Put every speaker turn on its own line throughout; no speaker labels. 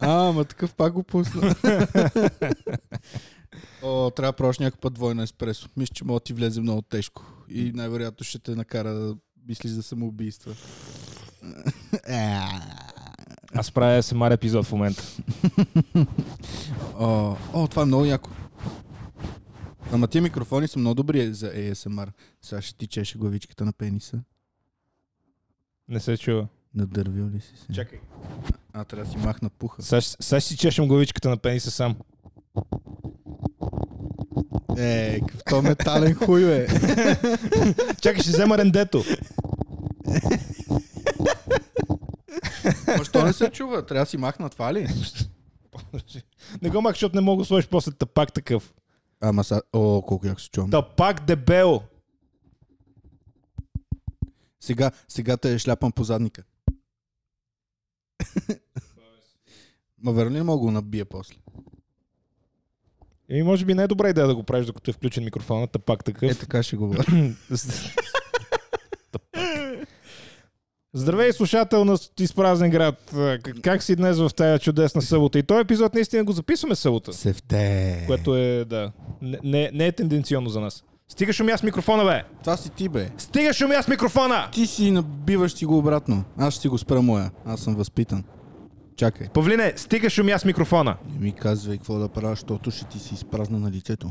А, ама такъв пак го пусна. О, трябва да правиш някакъв път двойна еспресо. Мисля, че мога да ти влезе много тежко. И най-вероятно ще те накара да мислиш за самоубийства. Е.
Аз правя семар епизод в момента.
О, о, това е много яко. Ама тия микрофони са много добри за ASMR. Сега ще ти чеше главичката на пениса.
Не се чува.
Надървил ли си се?
Чакай.
А, трябва да си махна пуха.
Сега ще- сега ще си чешем главичката на пениса сам.
Е, какъв то метален хуй, бе.
Чакай, ще взема рендето.
Ма що не се чува? Трябва да си махна това ли?
не го мах, защото не мога да сложиш после тапак такъв.
Ама са... О, колко яко се чувам.
Тапак дебело.
Сега, сега те шляпам по задника. Ма верно ли не мога да го набия после?
И може би не е добра идея да го правиш, докато е включен микрофона, тапак
Е,
такъв.
така ще говоря.
Здравей, слушател на Изпразнен град. К- Как си днес в тая чудесна събота? И този епизод наистина го записваме събота,
Севте.
което е, да, не, не, не е тенденционно за нас. Стига шумя с микрофона, бе!
Това си ти, бе.
Стига шумя с микрофона!
Ти си набиваш си го обратно. Аз ще си го спра моя. Аз съм възпитан. Чакай.
Павлине, стига шумя с микрофона!
Не ми казвай какво да правя, защото ще ти си изпразна на лицето.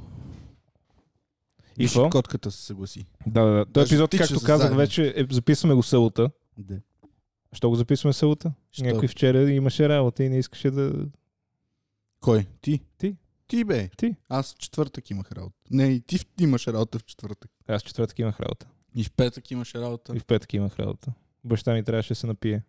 И какво?
Котката се съгласи.
Да, да, да. Този
Даже
епизод,
тича
както
се
казах
заедно.
вече, е, записваме го събота.
Де.
Що го записваме събота?
Що?
Някой вчера имаше работа и не искаше да...
Кой? Ти?
Ти.
Ти, бе.
Ти.
Аз в четвъртък имах работа. Не, и ти в- имаш работа в четвъртък.
Аз в четвъртък имах работа.
И в петък имаш работа.
И в петък имах работа. Баща ми трябваше да се напие.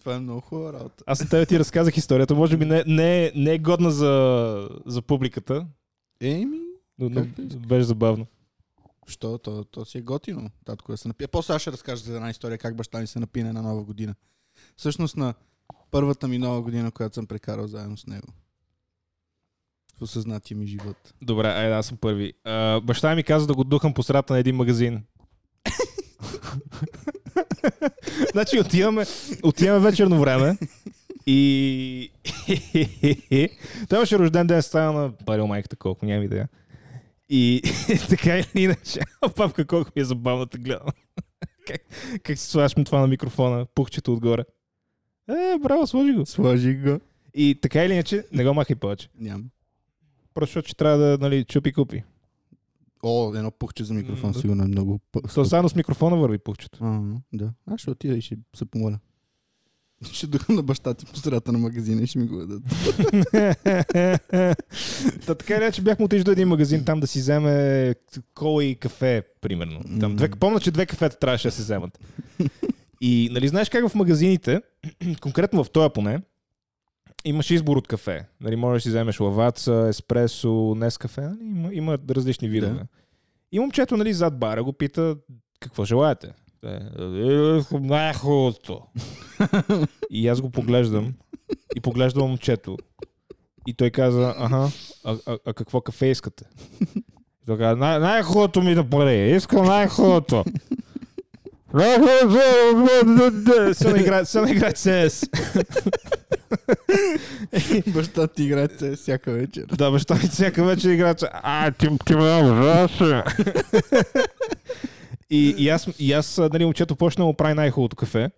Това е много хубава работа.
Аз на тебе ти разказах историята. Може би не, не, е- не е годна за, за публиката,
Еми,
но, но
Както искаш.
беше забавно.
Що? То, то си е готино, татко да се напие. После аз ще разкажа за една история, как баща ми се напи на една нова година. Всъщност на първата ми нова година, която съм прекарал заедно с него. В осъзнатия ми живот.
Добре, айде, аз съм първи. А, баща ми каза да го духам по средата на един магазин. значи отиваме, отиваме вечерно време и... Той имаше рожден ден, стана на парил майката колко, нямам идея. И така или иначе, а, папка колко ми е забавно да те гледам. как, как си слагаш му това на микрофона, пухчето отгоре. Е, браво, сложи го.
Сложи го.
И така или иначе, не го махай повече.
Нямам.
Просто защото че трябва да, нали, чупи-купи.
О, едно пухче за микрофон,
М,
сигурно е много
То
пъхто.
само с микрофона върви пухчето.
Да. Аз ще отида и ще се помоля. Ще духам на баща ти по средата на магазина и ще ми го дадат.
Та така или иначе бяхме отишли до един магазин там да си вземе кола и кафе, примерно. Там две, помня, че две кафета трябваше да се вземат. И нали знаеш как в магазините, конкретно в този поне, имаш избор от кафе. Нали, можеш да си вземеш лаваца, еспресо, днес кафе. Нали, има, има различни видове.
Да.
И момчето нали, зад бара го пита какво желаете. Той е, «Е, Най-хубавото. И аз го поглеждам и поглеждам момчето. И той каза, аха, а, а, а какво кафе искате? И той каза, «Най- най-хубавото ми е да пари, искам най-хубавото. Най-хубавото. Сега не играе сега не играе CS.
баща ти играе CS всяка вечер.
Да, баща ми всяка вечер играе. че, А, ти, ти ме обжаше. и, и, аз, и аз, а, нали, момчето почна да му прави най-хубавото кафе.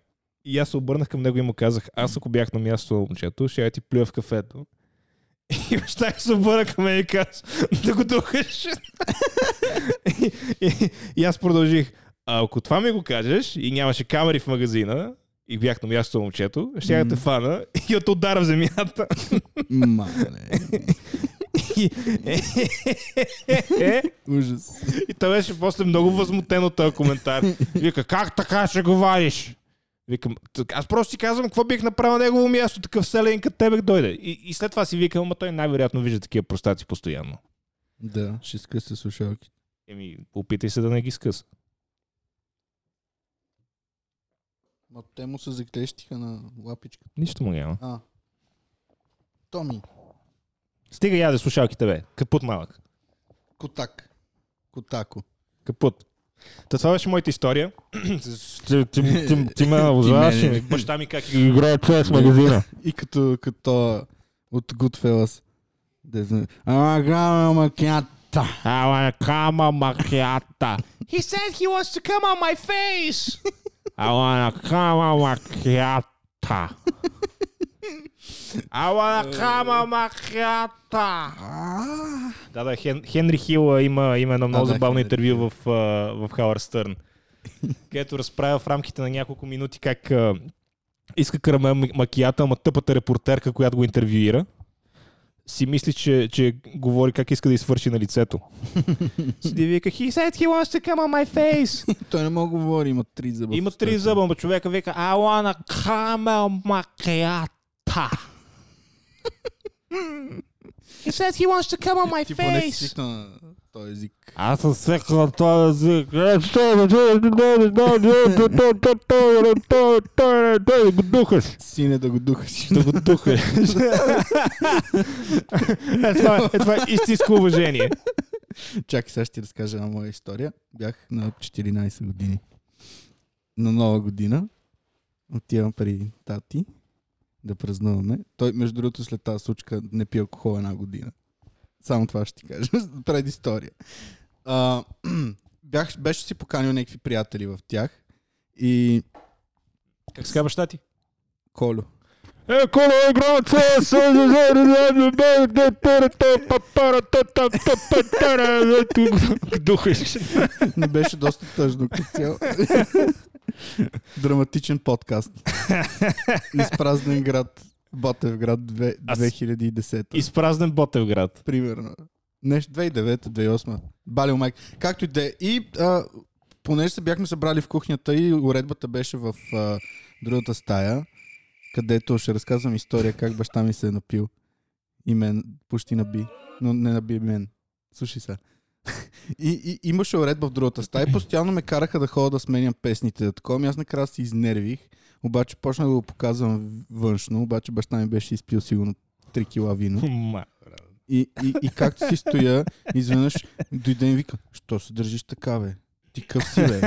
И аз се обърнах към него и му казах, аз ако бях на място на момчето, ще я ти плюя в кафето. И баща ми се обърна към мен и каза, да го духаш. и, и, и аз продължих. А ако това ми го кажеш и нямаше камери в магазина, и бях на място на момчето, ще я те фана и я те удара в земята.
Мале.
И- е,
Ужас.
и той беше после много възмутен от този коментар. Вика, как така ще говориш? Викам, «Так, аз просто си казвам, какво бих направил на негово място, такъв селен като тебе дойде. И, и след това си викам, ама той най-вероятно вижда такива простаци постоянно.
Да, ще скъса слушалки.
Еми, опитай се да не ги скъс.
Ма те му се заклещиха на лапичка.
Нищо му няма.
А. Томи.
Стига яде слушалките, бе. Капут малък.
Котак. Котако.
Капут. Та това беше моята история. ти, ти, ти, ти ме обзаваш
мене.
и баща ми как играе човек в магазина.
И като, като от Goodfellas. Де зна- Ама граме макията.
I wanna come on macchiata. He said he wants to come on my face. I wanna come on macchiata. I wanna come on macchiata.
А,
Да, да, Хен, Хенри Хил има, има едно много
да,
забавно
Хенри
интервю в, а, в Хауър Стърн, където разправя в рамките на няколко минути как а, иска караме макията, ама тъпата репортерка, която го интервюира, си мисли, че, че говори как иска да извърши на лицето. Си вика, he said he wants to come on my face.
Той не мога да говори, има три зъба.
Има
в
три
устата.
зъба, но човека вика I wanna caramel macchiata. He says he wants to come on my
Ти поне си
face.
свикна на този език.
Аз съм свикнал на този език. Да го духаш.
Сине да го духаш.
Да го духаш. Е, това е- е, това е истинско уважение.
Чакай, сега ще ти разкажа една моя история. Бях на 14 години. На нова година отивам при тати да празнуваме. Той, между другото, след тази случка не пи алкохол една година. Само това ще ти кажа. Пред история. А, бях, беше си поканил някакви приятели в тях и
Как се казва баща ти?
Колю.
Е, кола е граца, Духаш.
Не беше доста тъжно като цяло. Драматичен подкаст. Изпразнен град. Ботевград две-
Аз-
2010.
Изпразнен Ботевград.
примерно. Нещо 2009-2008. Балил майк. Както и да е. И а, понеже се бяхме събрали в кухнята и уредбата беше в а, другата стая, където ще разказвам история как баща ми се е напил. И мен почти наби. Но не наби мен. Слушай сега. И, и, имаше уредба в другата стая и постоянно ме караха да ходя да сменям песните. Да такова, Ами аз накрая се изнервих, обаче почнах да го показвам външно, обаче баща ми беше изпил сигурно 3 кила вино.
Ма.
И, и, и както си стоя, изведнъж дойде и вика, що се държиш така, бе? Ти къв си, бе?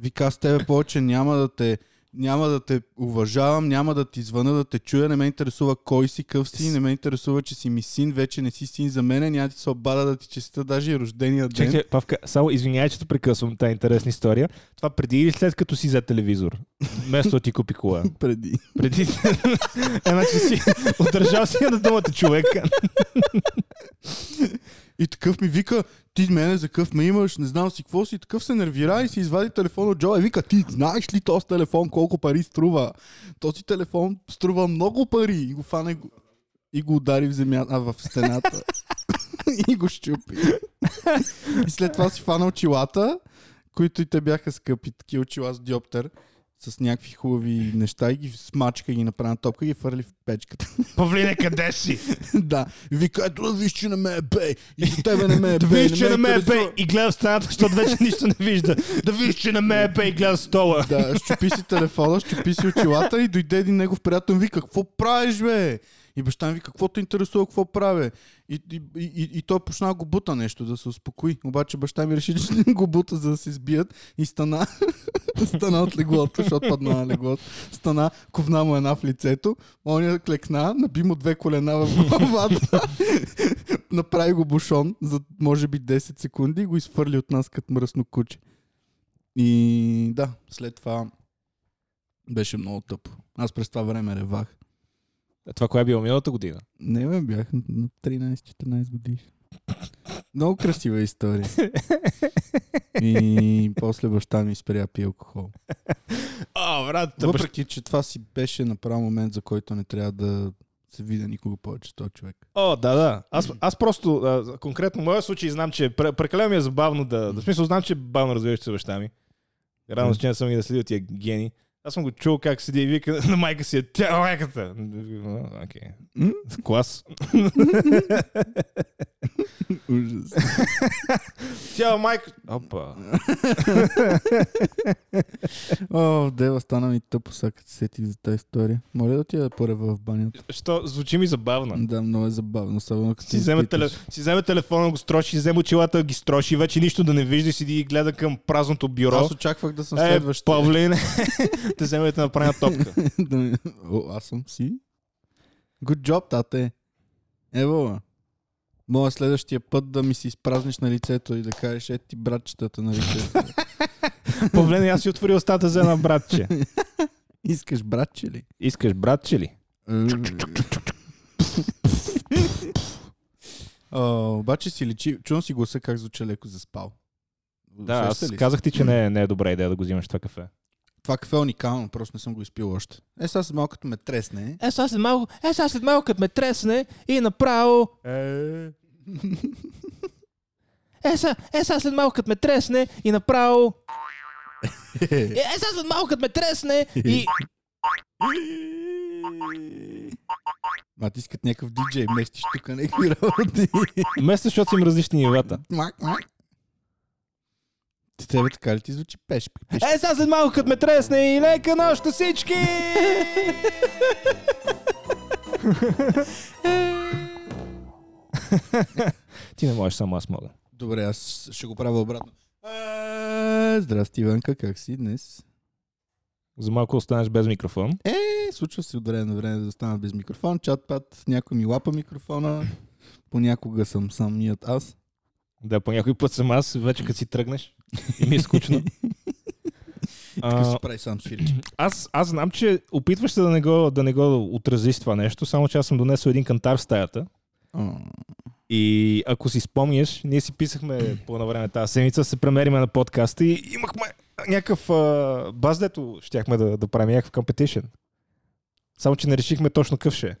Вика, аз тебе повече няма да те няма да те уважавам, няма да ти звъна, да те чуя, не ме интересува кой си, къв си, не ме интересува, че си ми син, вече не си син за мене, няма да ти се обада да ти честита даже и рождения ден.
Чакай, Павка, само извинявай, че те прекъсвам тази интересна история. Това преди или след като си за телевизор? Вместо да ти купи кола.
Преди.
Преди. Е, значи си удържал си на думата човек.
И такъв ми вика, ти мене за къв ме имаш, не знам си какво си, такъв се нервира и си извади телефон от джоба и вика, ти знаеш ли този телефон колко пари струва? Този телефон струва много пари и го фане го- и го удари в земята, а в стената. и го щупи. и след това си фана очилата, които и те бяха скъпи, такива очила с диоптер с някакви хубави неща и ги смачка, ги направи на топка и ги фърли в печката.
Павлине, къде си?
да. И вика, ето да виж, че не ме е бей. И за тебе не ме е
Да
бей.
видиш, че не ме е
интересува.
бе и гледа в стената, защото вече нищо не вижда. Да видиш, че не ме е бе и гледа в стола.
Да, щупи си телефона, щупи си очилата и дойде един негов приятел и ми вика, какво правиш, бе? И баща ми вика, какво те интересува, какво правя? И, и, и, и- и той почна да го бута нещо, да се успокои. Обаче баща ми реши, че ще го бута, за да се сбият и стана, стана от леглото, защото падна на леглото. Стана, ковна му една в лицето, оня клекна, наби му две колена в главата, направи го бушон за може би 10 секунди и го изфърли от нас като мръсно куче. И да, след това беше много тъпо. Аз през това време ревах.
Това кое е било миналата година?
Не ме бях на 13-14 години. Много красива история. И после баща ми спря да пие алкохол.
А, брат, та баща-
Въпреки, че това си беше направо момент, за който не трябва да се видя никога повече с този човек.
О, да, да. Аз, аз просто, а, конкретно в моя случай, знам, че пр- прекалено ми е забавно да... да в смисъл, знам, че е бавно развиваш се баща ми. Радно, че не съм ги да следя тия гени. Аз съм го чул как седи и вика на майка си, тя е майката. Окей.
М?
Клас.
Ужас.
Тя е майка. Опа.
О, дева, стана ми тъпо сега, като се сетих за тази история. Моля да отида да порева в банята.
Що звучи ми забавно.
Да, много е забавно, особено като
Си вземе, теле,
изпиташ.
си вземе телефона, го строши, си вземе очилата, ги строши, вече нищо да не вижда, седи и гледа към празното бюро.
Аз очаквах да съм
е,
следващ.
Павлин, те вземе да те направи на топка.
да ми... О, аз съм си. Good job, тате. Ево, бе. Моля следващия път да ми се изпразниш на лицето и да кажеш, е ти братчетата на лицето.
Павлин, аз си отвори устата за една братче.
Искаш братче ли?
Искаш братче ли?
О, обаче си личи, чувам си гласа как звуча леко заспал.
Да,
Усеща
аз
ли си?
казах ти, че не, е- не е добра идея да го взимаш това кафе.
Това кафе е уникално, просто не съм го изпил още. Е, сега с малкото ме тресне.
Е, сега след малко, е, сега след малко, като ме тресне и направо... Е, сега, е, сега след малко, като ме тресне и направо... Е, е, сега след малко, като ме тресне и...
Ма ти искат някакъв диджей, местиш тук някакви работи.
Место, защото си им различни нивата.
Мак, мак. Ти тебе така ли ти звучи пеш? пеш.
Е, сега след малко, като ме тресне и лека нощ на всички! Ти не можеш, само аз мога.
Добре, аз ще го правя обратно. Е, Здрасти, Иванка, как си днес?
За малко останеш без микрофон.
Е, случва се от време на време да остана без микрофон, чат-пат, някой ми лапа микрофона, понякога съм самият аз.
Да, по някой път съм аз, вече като си тръгнеш и ми е скучно.
Така
А,
си прави сам свирич.
аз, аз знам, че опитваш се да не, го, да не го отразиш това нещо, само че аз съм донесъл един кантар в стаята.
О.
И ако си спомняш, ние си писахме по едно време тази седмица, се премериме на подкаста и имахме някакъв а, баз, дето щяхме да, да правим някакъв компетишън. Само, че не решихме точно къв ще е.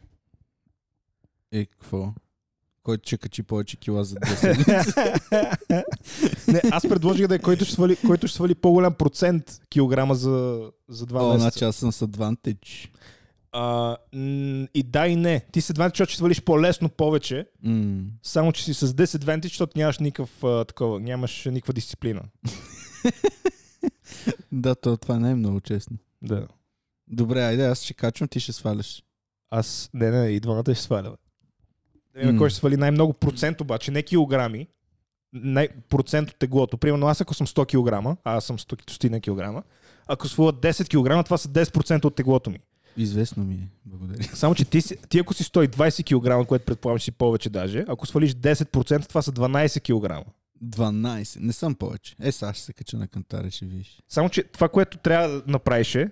Е, какво? Който ще качи повече кила за 10.
не, аз предложих да е който ще свали, който ще свали по-голям процент килограма за, за два
О,
месеца.
значи аз съм с адвантич.
А, м, и да и не. Ти с advantage, защото ще свалиш по-лесно повече,
М.
само че си с disadvantage, защото нямаш никакъв а, такова, нямаш никаква дисциплина.
Да, то, това не е много честно.
Да.
Добре, айде, аз ще качвам, ти ще сваляш.
Аз, не, не, и двамата ще сваля. бе. Да видим
М.
кой ще свали най-много процент обаче, не килограми, най- процент от теглото. Примерно аз ако съм 100 кг, а аз съм 100 стотина килограма, ако сваля 10 кг, това са 10% от теглото ми.
Известно ми е. Благодаря.
Само, че ти, си- ти ако си 120 кг, което предполагам, че си повече даже, ако свалиш 10%, това са 12 кг.
12. Не съм повече. Е, сега ще се кача на кантара, ще видиш.
Само, че това, което трябва да направиш е,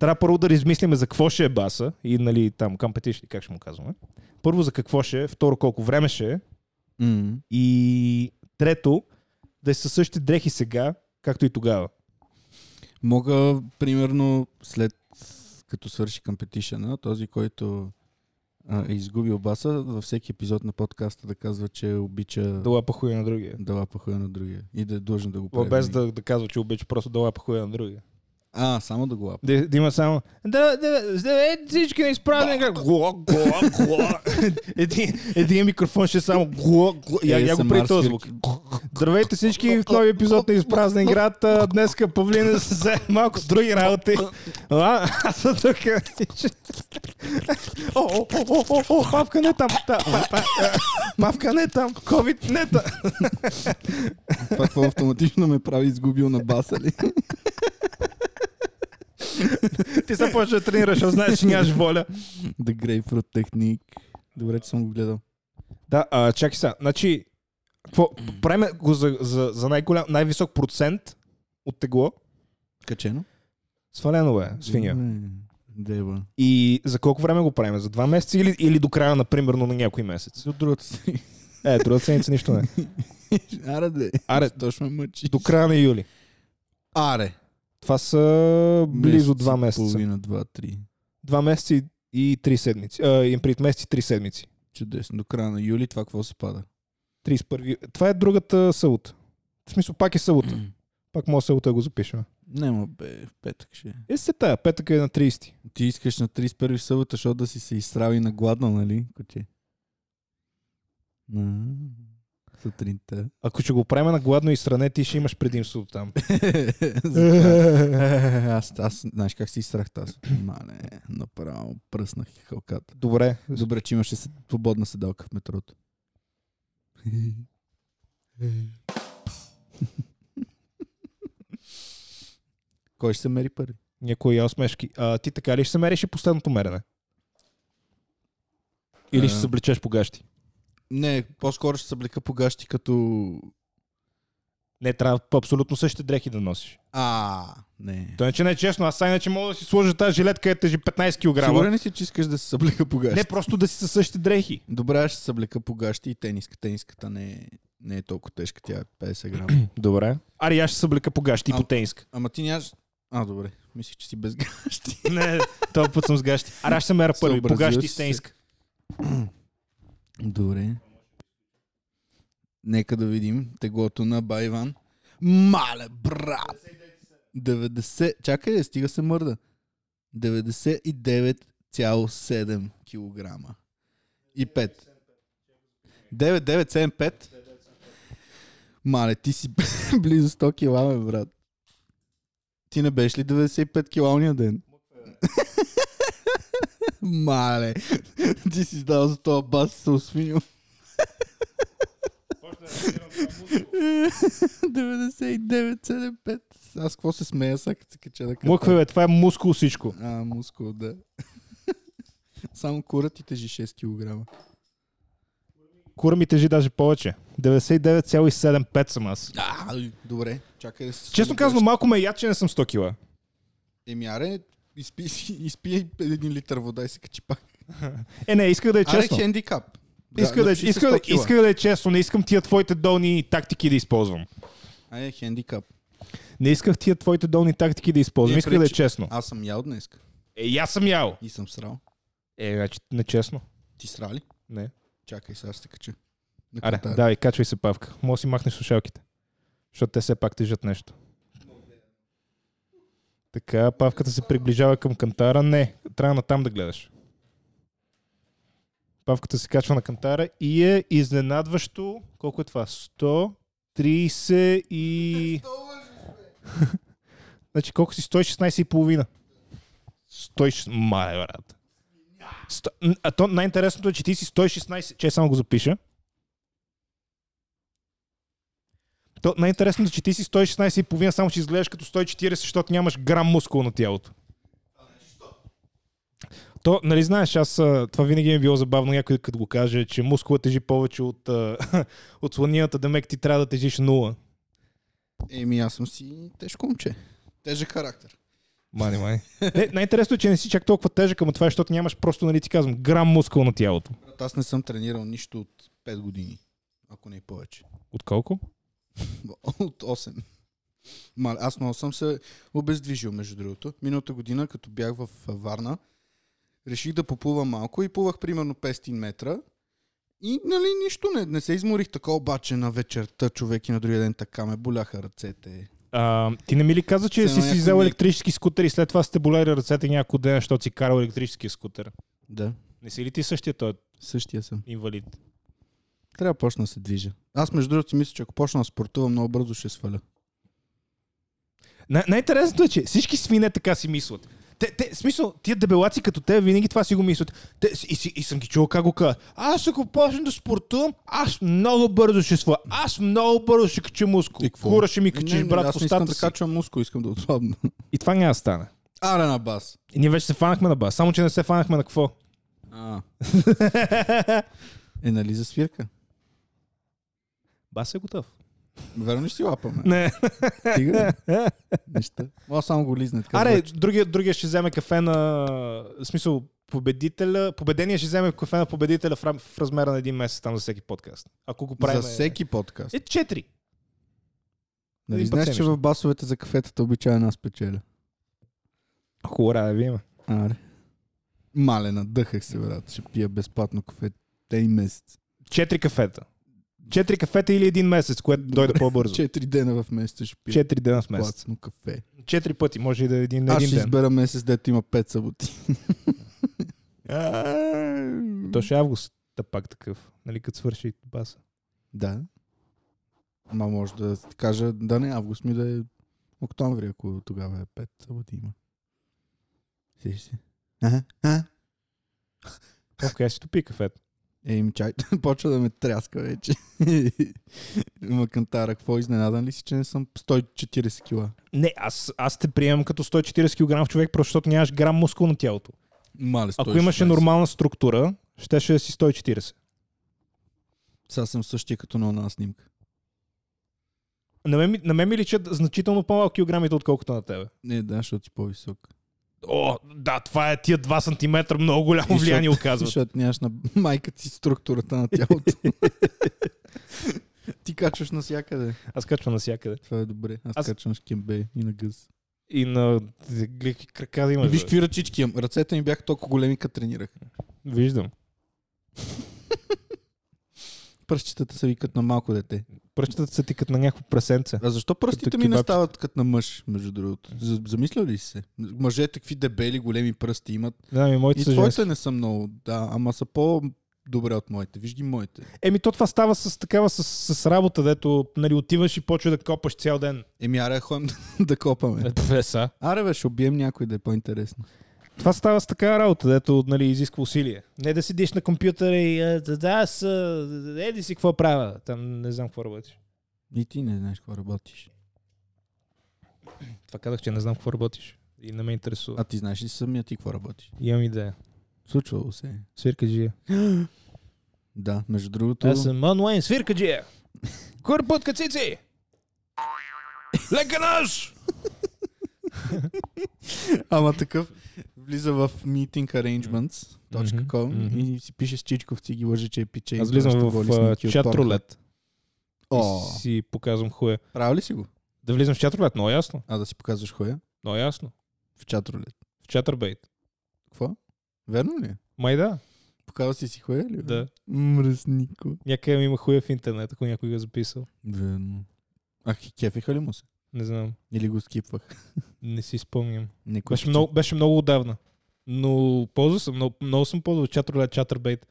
трябва първо да измислиме за какво ще е баса и нали там компетиш, как ще му казваме. Първо за какво ще е, второ колко време ще е
М.
и трето да е със същите дрехи сега, както и тогава.
Мога, примерно, след като свърши компетишъна, този, който а, е изгубил баса, във всеки епизод на подкаста да казва, че обича
Да
да,
лапа хуя на другия.
лапа хуя на другия. И да е длъжен да го
Ма
прави.
Без
винаги.
да, да казва, че обича просто да лапа хуя на другия.
А, само да го лапа.
Да, да има само... Да, да, да, е, всички неизправни. Да. Гуа, гуа, гуа. един, един микрофон ще е само гуа, гуа. Я, я го прави
ASMR
този звук.
свирки.
Здравейте всички в нови епизод на Изпразнен град. А, Днеска Павлина се взе малко с други работи. А, аз съм тук. О, о, о, о, о, о, павка не е там. Та, па, па, а, Павка не е там. Ковид не е там.
Това какво автоматично ме прави изгубил на баса ли?
Ти се почва да тренираш, защото знаеш, че нямаш воля.
The Grapefruit Technique. Добре, че съм го гледал.
Да, а, чакай сега. Значи, какво, правим го за, за, за най-голям, най-висок процент от тегло.
Качено?
Свалено бе, свиня.
Добре. Дева.
И за колко време го правим? За два месеца или, или до края, например, на някой месец?
До другата си.
Е, друга седмица нищо не. е.
Аре, де.
Аре,
Точно ме мъчи.
до края на юли.
Аре.
Това са близо два месеца.
Половина, два, три.
Два месеца и, и три седмици. А, им пред месец и три седмици.
Чудесно. До края на юли това какво се пада?
31. Това е другата събота. В смисъл, пак е събота. Пак може събота да го запишем.
Нема бе, в петък ще. е.
Е, се тая, петък е на 30.
Ти искаш на 31 събота, защото да си се изсрал и нагладнал, нали, куче? На... Сутринта.
Ако ще го правим на гладно и сране, ти ще имаш предимството там.
Затова- аз, аз, знаеш как си изсрах тази. Мале, направо пръснах хълката.
Добре.
Добре, че имаше се- свободна седалка в метрото. Кой ще се мери първи?
Някой я смешки. А, ти така ли ще се мериш и последното мерене? Или ще
А.
се облечеш по гащи?
Не, по-скоро ще се блека по гащи като...
Не, трябва по абсолютно същите дрехи да носиш.
А, не.
То иначе не е честно, аз сега иначе мога да си сложа тази жилетка, е тежи 15 кг.
Сигурен ли си, че искаш да се съблека по гащи?
Не, просто да си със същите дрехи.
Добре, аз ще се съблека по гащи и тениска. Тениската не е, не е толкова тежка, тя е 50 грама.
Добре. Ари, аз ще се облека по гащи и
А.
по тениска.
Ама ти нямаш... А, добре. Мислих, че си без гащи.
Не, този път съм с гащи. Ари, аз ще се мера първи, по
Съобразил
гащи и
си
с
се.
тениска.
Добре. Нека да видим теглото на Байван. Мале, брат! 90... Чакай, да стига се мърда. 99,7 кг. И 5. 9975? Мале, ти си близо 100 кг, бе, брат. Ти не беше ли 95 кг ония ден? Мале, ти си дал за това бас се освинил. 99,75. Аз какво се смея сега, като се кача да
Мъква, бе, това е мускул всичко.
А, мускул, да. Само кура ти тежи 6 кг.
Кура ми тежи даже повече. 99,75 съм аз.
А, добре, чакай да се...
Честно казано, малко ме яд, че не съм 100 кила.
Еми, аре, изпи, изпи един литър вода и се качи пак.
Е, не, исках да е
Аре,
честно.
хендикап.
Иска да,
напиши се
иска,
100 кила.
иска да е честно, не искам тия твоите долни тактики да използвам.
Аре, хендикап.
Не исках тия твоите долни тактики да използвам,
Е,
исках да е
пречи.
честно.
Аз съм ял днес
Е, и аз съм ял.
и съм срал.
Е, значи нечестно.
Ти срали?
Не.
Чакай, сега ще се кача. На
Аре,
катара.
давай, качвай се, Павка. Може да си махнеш слушалките. Защото те все пак тежат нещо. Така, Павката се приближава към кантара. Не, трябва на там да гледаш. Павката се качва на кантара и е изненадващо... Колко е това? 130 и... значи колко си? 116 и половина. 106... Мале, брат. Сто- А то най-интересното е, че ти си 116... Че само го запиша. То, най-интересното е, че ти си 116,5, само че изглеждаш като 140, защото нямаш грам мускул на тялото. То, нали знаеш, аз а, това винаги ми е било забавно някой като го каже, че мускулът тежи повече от, а, от сланината, демек ти трябва да тежиш нула.
Еми, аз съм си тежко момче. Тежък характер.
Мани, мани. Не, най-интересното е, че не си чак толкова тежък, ама това е, защото нямаш просто, нали ти казвам, грам мускул на тялото.
Брат, аз не съм тренирал нищо от 5 години. Ако не и повече.
От колко?
От 8. Мале, аз много съм се обездвижил, между другото. Миналата година, като бях в а, Варна, реших да поплувам малко и плувах примерно 500 метра. И, нали, нищо не, не се изморих така, обаче на вечерта човек и на другия ден така ме боляха ръцете.
А, ти не ми ли каза, че
Все
си
едно
си
някой
взел
ми-
електрически скутер и след това сте болели ръцете няколко дена, защото си карал електрически скутер?
Да,
Не си ли ти същия този
същия съм.
инвалид?
Трябва да почна да се движа. Аз, между другото, си мисля, че ако почна да спортувам, много бързо ще сваля.
Най- най-интересното е, че всички свине така си мислят. Те, те, в смисъл, тия дебелаци като те винаги това си го мислят. Те, с- и, си- и, съм ги чувал как го кажа. Аз ако почна да спортувам, аз много бързо ще сва. Аз много бързо ще кача мускул. Хора ще ми качиш, брат, в
аз Е, не искам
устата
да
си.
качвам мускул, искам да отслабна.
И това няма да стане.
Аре на бас.
И ние вече се фанахме на бас, само че не се фанахме на какво.
А. е, нали за свирка?
Бас е готов.
Верно ли ще си лапаме?
Не.
Стига. бе. Неща. Мога само го лизне. Така,
Аре,
Аре,
другия, другия ще вземе кафе на... В смисъл, победителя, победения ще вземе кафе на победителя в, рам- в размера на един месец там за всеки подкаст. Ако го правим...
за всеки подкаст.
Е, четири.
нали
един път
знаеш, че
седмично.
в басовете за кафетата обичайно аз печеля.
Хора, да видим.
Аре. Мале, надъхах се, брат. Ще пия безплатно кафе. Те и месец.
Четири кафета. Четири кафета или един месец, което дойде по-бързо.
Четири дена в месеца ще пия
Четири дена в месец.
платно кафе.
Четири пъти, може и да е един на
Аз
един
ще
ден.
избера месец, дето има пет съботи.
То ще е август, та пак такъв. Нали, като свърши баса.
Да. Ма може да ти кажа, да не, август ми да е октомври, ако тогава е пет съботи има. Сеш си. Ага. А?
Окей, си топи кафето.
Ей, ми Е, чай, почва да ме тряска вече. Макантара, какво изненадан ли си, че не съм 140 кила?
Не, аз, аз те приемам като 140 кг човек, просто защото нямаш грам мускул на тялото.
Мале,
Ако имаше нормална структура, щеше да си 140.
Сега съм същия като на една снимка.
На мен, ми- на мен ми личат значително по-малко килограмите, отколкото на тебе.
Не, да, защото си по-висок.
О, да, това е тия 2 см много
И
голямо влияние
защото-
оказва.
Защото нямаш на майка ти структурата на тялото. ти качваш навсякъде.
Аз качвам навсякъде.
Това е добре. Аз,
Аз-
качвам с кембе и на гъз.
И на глики крака да
И
имаш.
виж
бе.
какви ръчички имам. Ръцете ми бяха толкова големи, като тренирах.
Виждам.
Пръстчетата се викат на малко дете.
Пръщата са ти като на някакво пресенце.
А защо пръстите
Като
ми не
кебабчета.
стават като на мъж, между другото? За- Замислял ли си се? Мъжете какви дебели, големи пръсти имат.
Да, ми, моите
И
са женски.
твоите не са много, да, ама са по-добре от моите. Виж ги моите.
Еми, то това става с такава с, с работа, дето нали, отиваш и почва да копаш цял ден.
Еми, аре, ходим да, да копаме.
Две са.
Аре, бе, ще убием някой да е по-интересно.
Това става с такава работа, дето нали, изисква усилие. Не да седиш на компютъра и а, да, да, аз, а, еди си какво правя. Там не знам какво работиш.
И ти не знаеш какво работиш.
Това казах, че не знам какво работиш. И не ме интересува.
А ти знаеш ли самия ти какво работиш?
Имам идея.
Случвало се. е.
Свирка джия.
Да, между другото...
Аз съм онлайн свирка джия. Кур путка цици! Лека наш!
Ама такъв влиза в meeting arrangements.com
Мгм, мгм.
и си пише с Чичковци и ги лъже, че е пиче. и
Аз влизам
праща
в
голи снимки
а,
от
чат
Pornhub.
рулет.
О,
И си показвам хуя.
правил ли си го?
Да влизам в чат рулет, много ясно.
А да си показваш хоя?
Много ясно.
В чат рулет.
В чатърбейт.
Какво? Верно ли? е?
Май да.
Показва си си хоя ли? бе?
Да.
Мръснико.
Някъде ми има хуя в интернет, ако някой го е записал.
Верно. А хи- кефиха ли му се?
Не знам.
Или го скипвах?
Не си спомням.
Никой
Беше много, беше много отдавна. Но ползва съм, много, много съм ползвал чатролет, чатърбейт.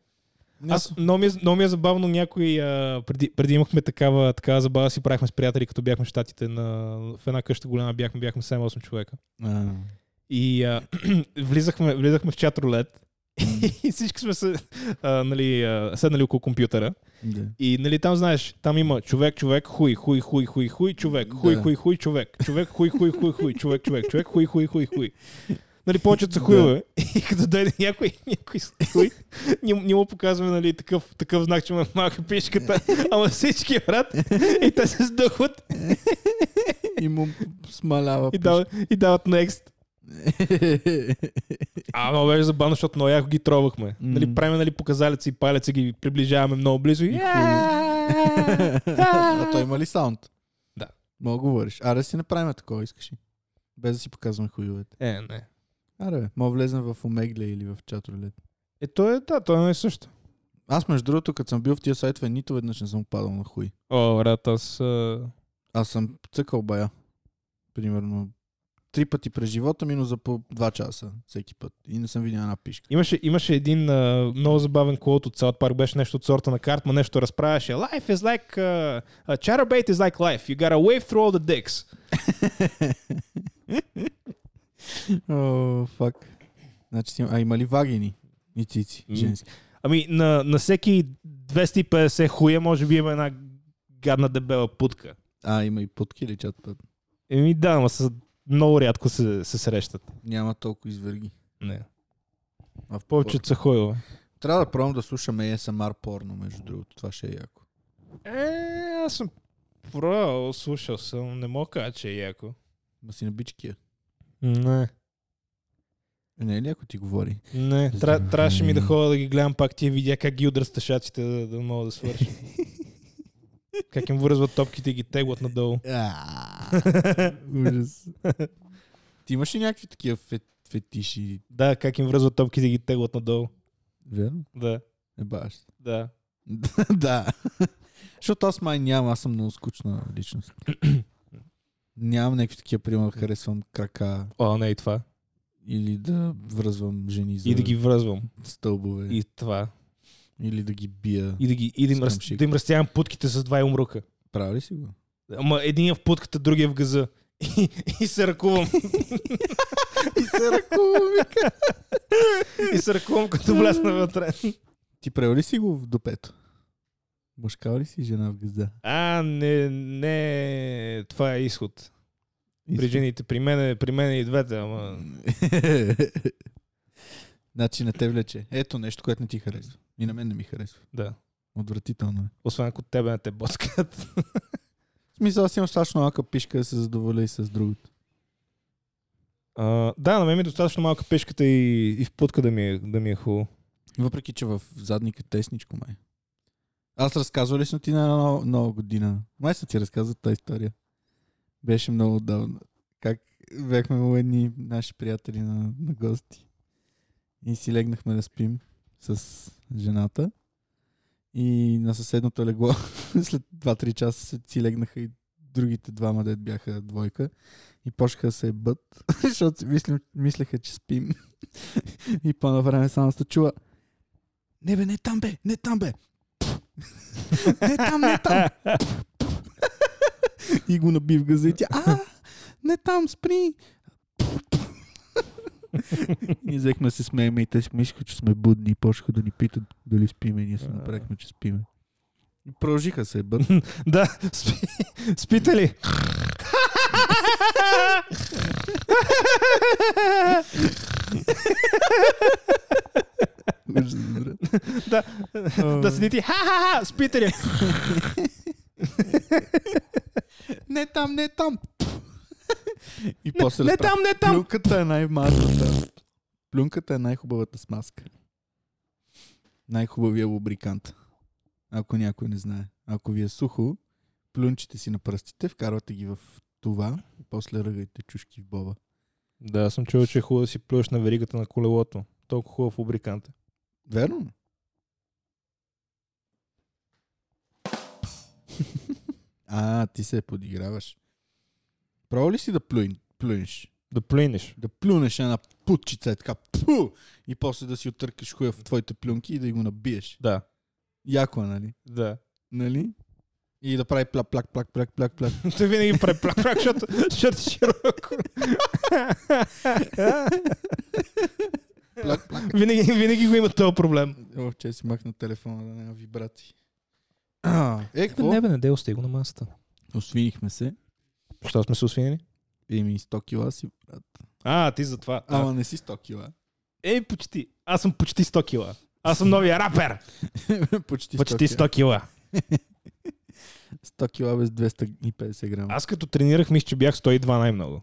Аз много ми, е, много ми е забавно някой, а, преди, преди имахме такава, такава забава, си правихме с приятели, като бяхме в Штатите, на, в една къща голяма бяхме, бяхме 7-8 човека.
А,
И а, влизахме, влизахме в чатролет и всички сме се, а, нали, а, седнали около компютъра.
да.
И нали там знаеш, там има човек, човек, хуй, хуй, хуй, хуй, хуй, човек, хуй,
Да.
хуй, хуй, човек, човек, хуй, хуй, хуй, хуй, човек, човек, човек, хуй, хуй, хуй, хуй. Нали, повечето са хуйове. И като дойде някой, някой с хуй, ние, ние му показваме нали, такъв, такъв знак, че му е малка пишката. Ама всички, е брат, и те се сдъхват
И му смалява.
и, дава, и дават next. А, много беше забавно, защото много яко ги тровахме. Нали,
М.
правим нали, показалеца и палеца, ги приближаваме много близо. И...
а той има ли саунд?
Да.
Мога да говориш. Аре си направим такова, искаш ли? Без да си показваме хуйовете.
Е, не.
Аре, бе, мога влезем в Омегле или в Чатролет.
Е, то е, да, то е също.
Аз, между другото, като съм бил в тия сайтове, нито веднъж не съм падал на хуй.
О, брат, аз... А...
Аз съм цъкал бая. Примерно три пъти през живота ми, но за по два часа всеки път. И не съм видял една пишка.
Имаше, имаше един а, много забавен колот от South Park, беше нещо от сорта на Картман, нещо разправяше. Life is like... Uh, uh, Charbait is like life. You gotta wave through all the dicks.
О, фак. Значи, си- а има ли вагини? И цици,
М.
женски.
Ами, на, на всеки 250 хуя може би има една гадна дебела путка.
А, има и путки или чат път.
Еми да, но са, много рядко се, се срещат.
Няма толкова изверги.
Не.
А в
Повечето са хуйове.
Трябва да пробвам да слушам ASMR порно, между другото. Това ще е яко.
Е, аз съм пробвал, слушал съм, не мога да кажа, че е яко.
Ма си на бичкия.
Не.
Е, Не е ли ако ти говори?
Не, тра, трябваше ми да ходя да ги гледам пак тия видя как ги удрят стъшаците да, да мога да свърша. как им вързват топките и ги теглат надолу.
Ужас. Ти имаш ли някакви такива фе- фетиши?
Да, как им връзват топките и ги теглат надолу.
Верно.
Да,
Ебаш.
да.
да. Защото аз май нямам, аз съм много скучна личност. нямам някакви такива, примерно, да харесвам крака
О, не и това.
или да връзвам жени за
И да ги връзвам.
стълбове
И това.
или да ги бия.
И да, ги, и да, им,
С
раз,
камшик.
да им разтягам путките с два умрука.
Прави ли си го?
Ама един е в путката, другия е в газа. И, и се ръкувам.
И се ръкувам, вика.
и се ръкувам, като влязна вътре.
Ти прел ли си го в допето? Мъжкал ли си жена в гъзда?
А, не, не, това е изход. При жените, при мен, е- при мен е и двете, ама...
значи не те влече. Ето нещо, което не ти харесва. И на мен не ми харесва.
Да.
Отвратително е.
Освен ако тебе не те боскат.
В смисъл, аз имам страшно малка пишка да се задоволя и с другото.
А, да, на мен ми е достатъчно малка пешката и, и в путка да ми е, да ми е хубаво.
Въпреки, че в задника е тесничко май. Аз разказвал ли съм ти на една нова, нова година? Май съм ти разказал тази история. Беше много отдавна. Как бяхме у едни наши приятели на, на гости. И си легнахме да спим с жената. И на съседното легло след 2-3 часа се- си легнаха и другите двама дет бяха двойка. И почнаха да се ебът, защото си мислим, мислеха, че спим. и по време само се чува. Не бе, не там бе, не там бе. не там, не там. и го наби в газа и тя. А, не там, спри. Ние взехме да се смеем и те си мислиха, че сме будни и почнаха да ни питат дали спиме. Ние се направихме, че спиме. И Продължиха се ебът.
Да, спи, спите ли? Да, да седите. Ха-ха-ха, спите ли?
Не там, не там. И после
Не
разправя.
там, не там.
Плюнката е най-мазната. Плюнката е най-хубавата смазка. Най-хубавия лубрикант. Ако някой не знае. Ако ви е сухо, плюнчите си на пръстите, вкарвате ги в това и после ръгайте чушки в боба.
Да, аз съм чувал, че е хубаво да си плюеш на веригата на колелото. Толкова хубав фабрикант. е.
Верно? ли? а, ти се подиграваш. Пробва ли си да плюн, плюнеш?
Да плинеш.
Да плюнеш една путчица е така пу, и после да си отъркаш хуя в твоите плюнки и да го набиеш.
Да.
Яко е, нали?
Да.
Нали? И да прави плак, плак, плак, плак, плак, плак.
Той винаги преплак, защото, защото е широко.
плак, плак.
винаги, винаги го има този проблем.
О, че Е, си махна телефона да няма вибрации. А, е, какво?
бе, не дей, остай го на масата.
Освинихме се.
Защо сме се освинили?
И ми 100 кила си, брат.
А, ти за това.
Ама не си 100 кила.
Ей, почти. Аз съм почти 100 кила. Аз съм новия рапер.
Почти 100
Почти
кила.
100 кила.
100 кила без 250 грама.
Аз като тренирах, мисля, че бях 102 най-много.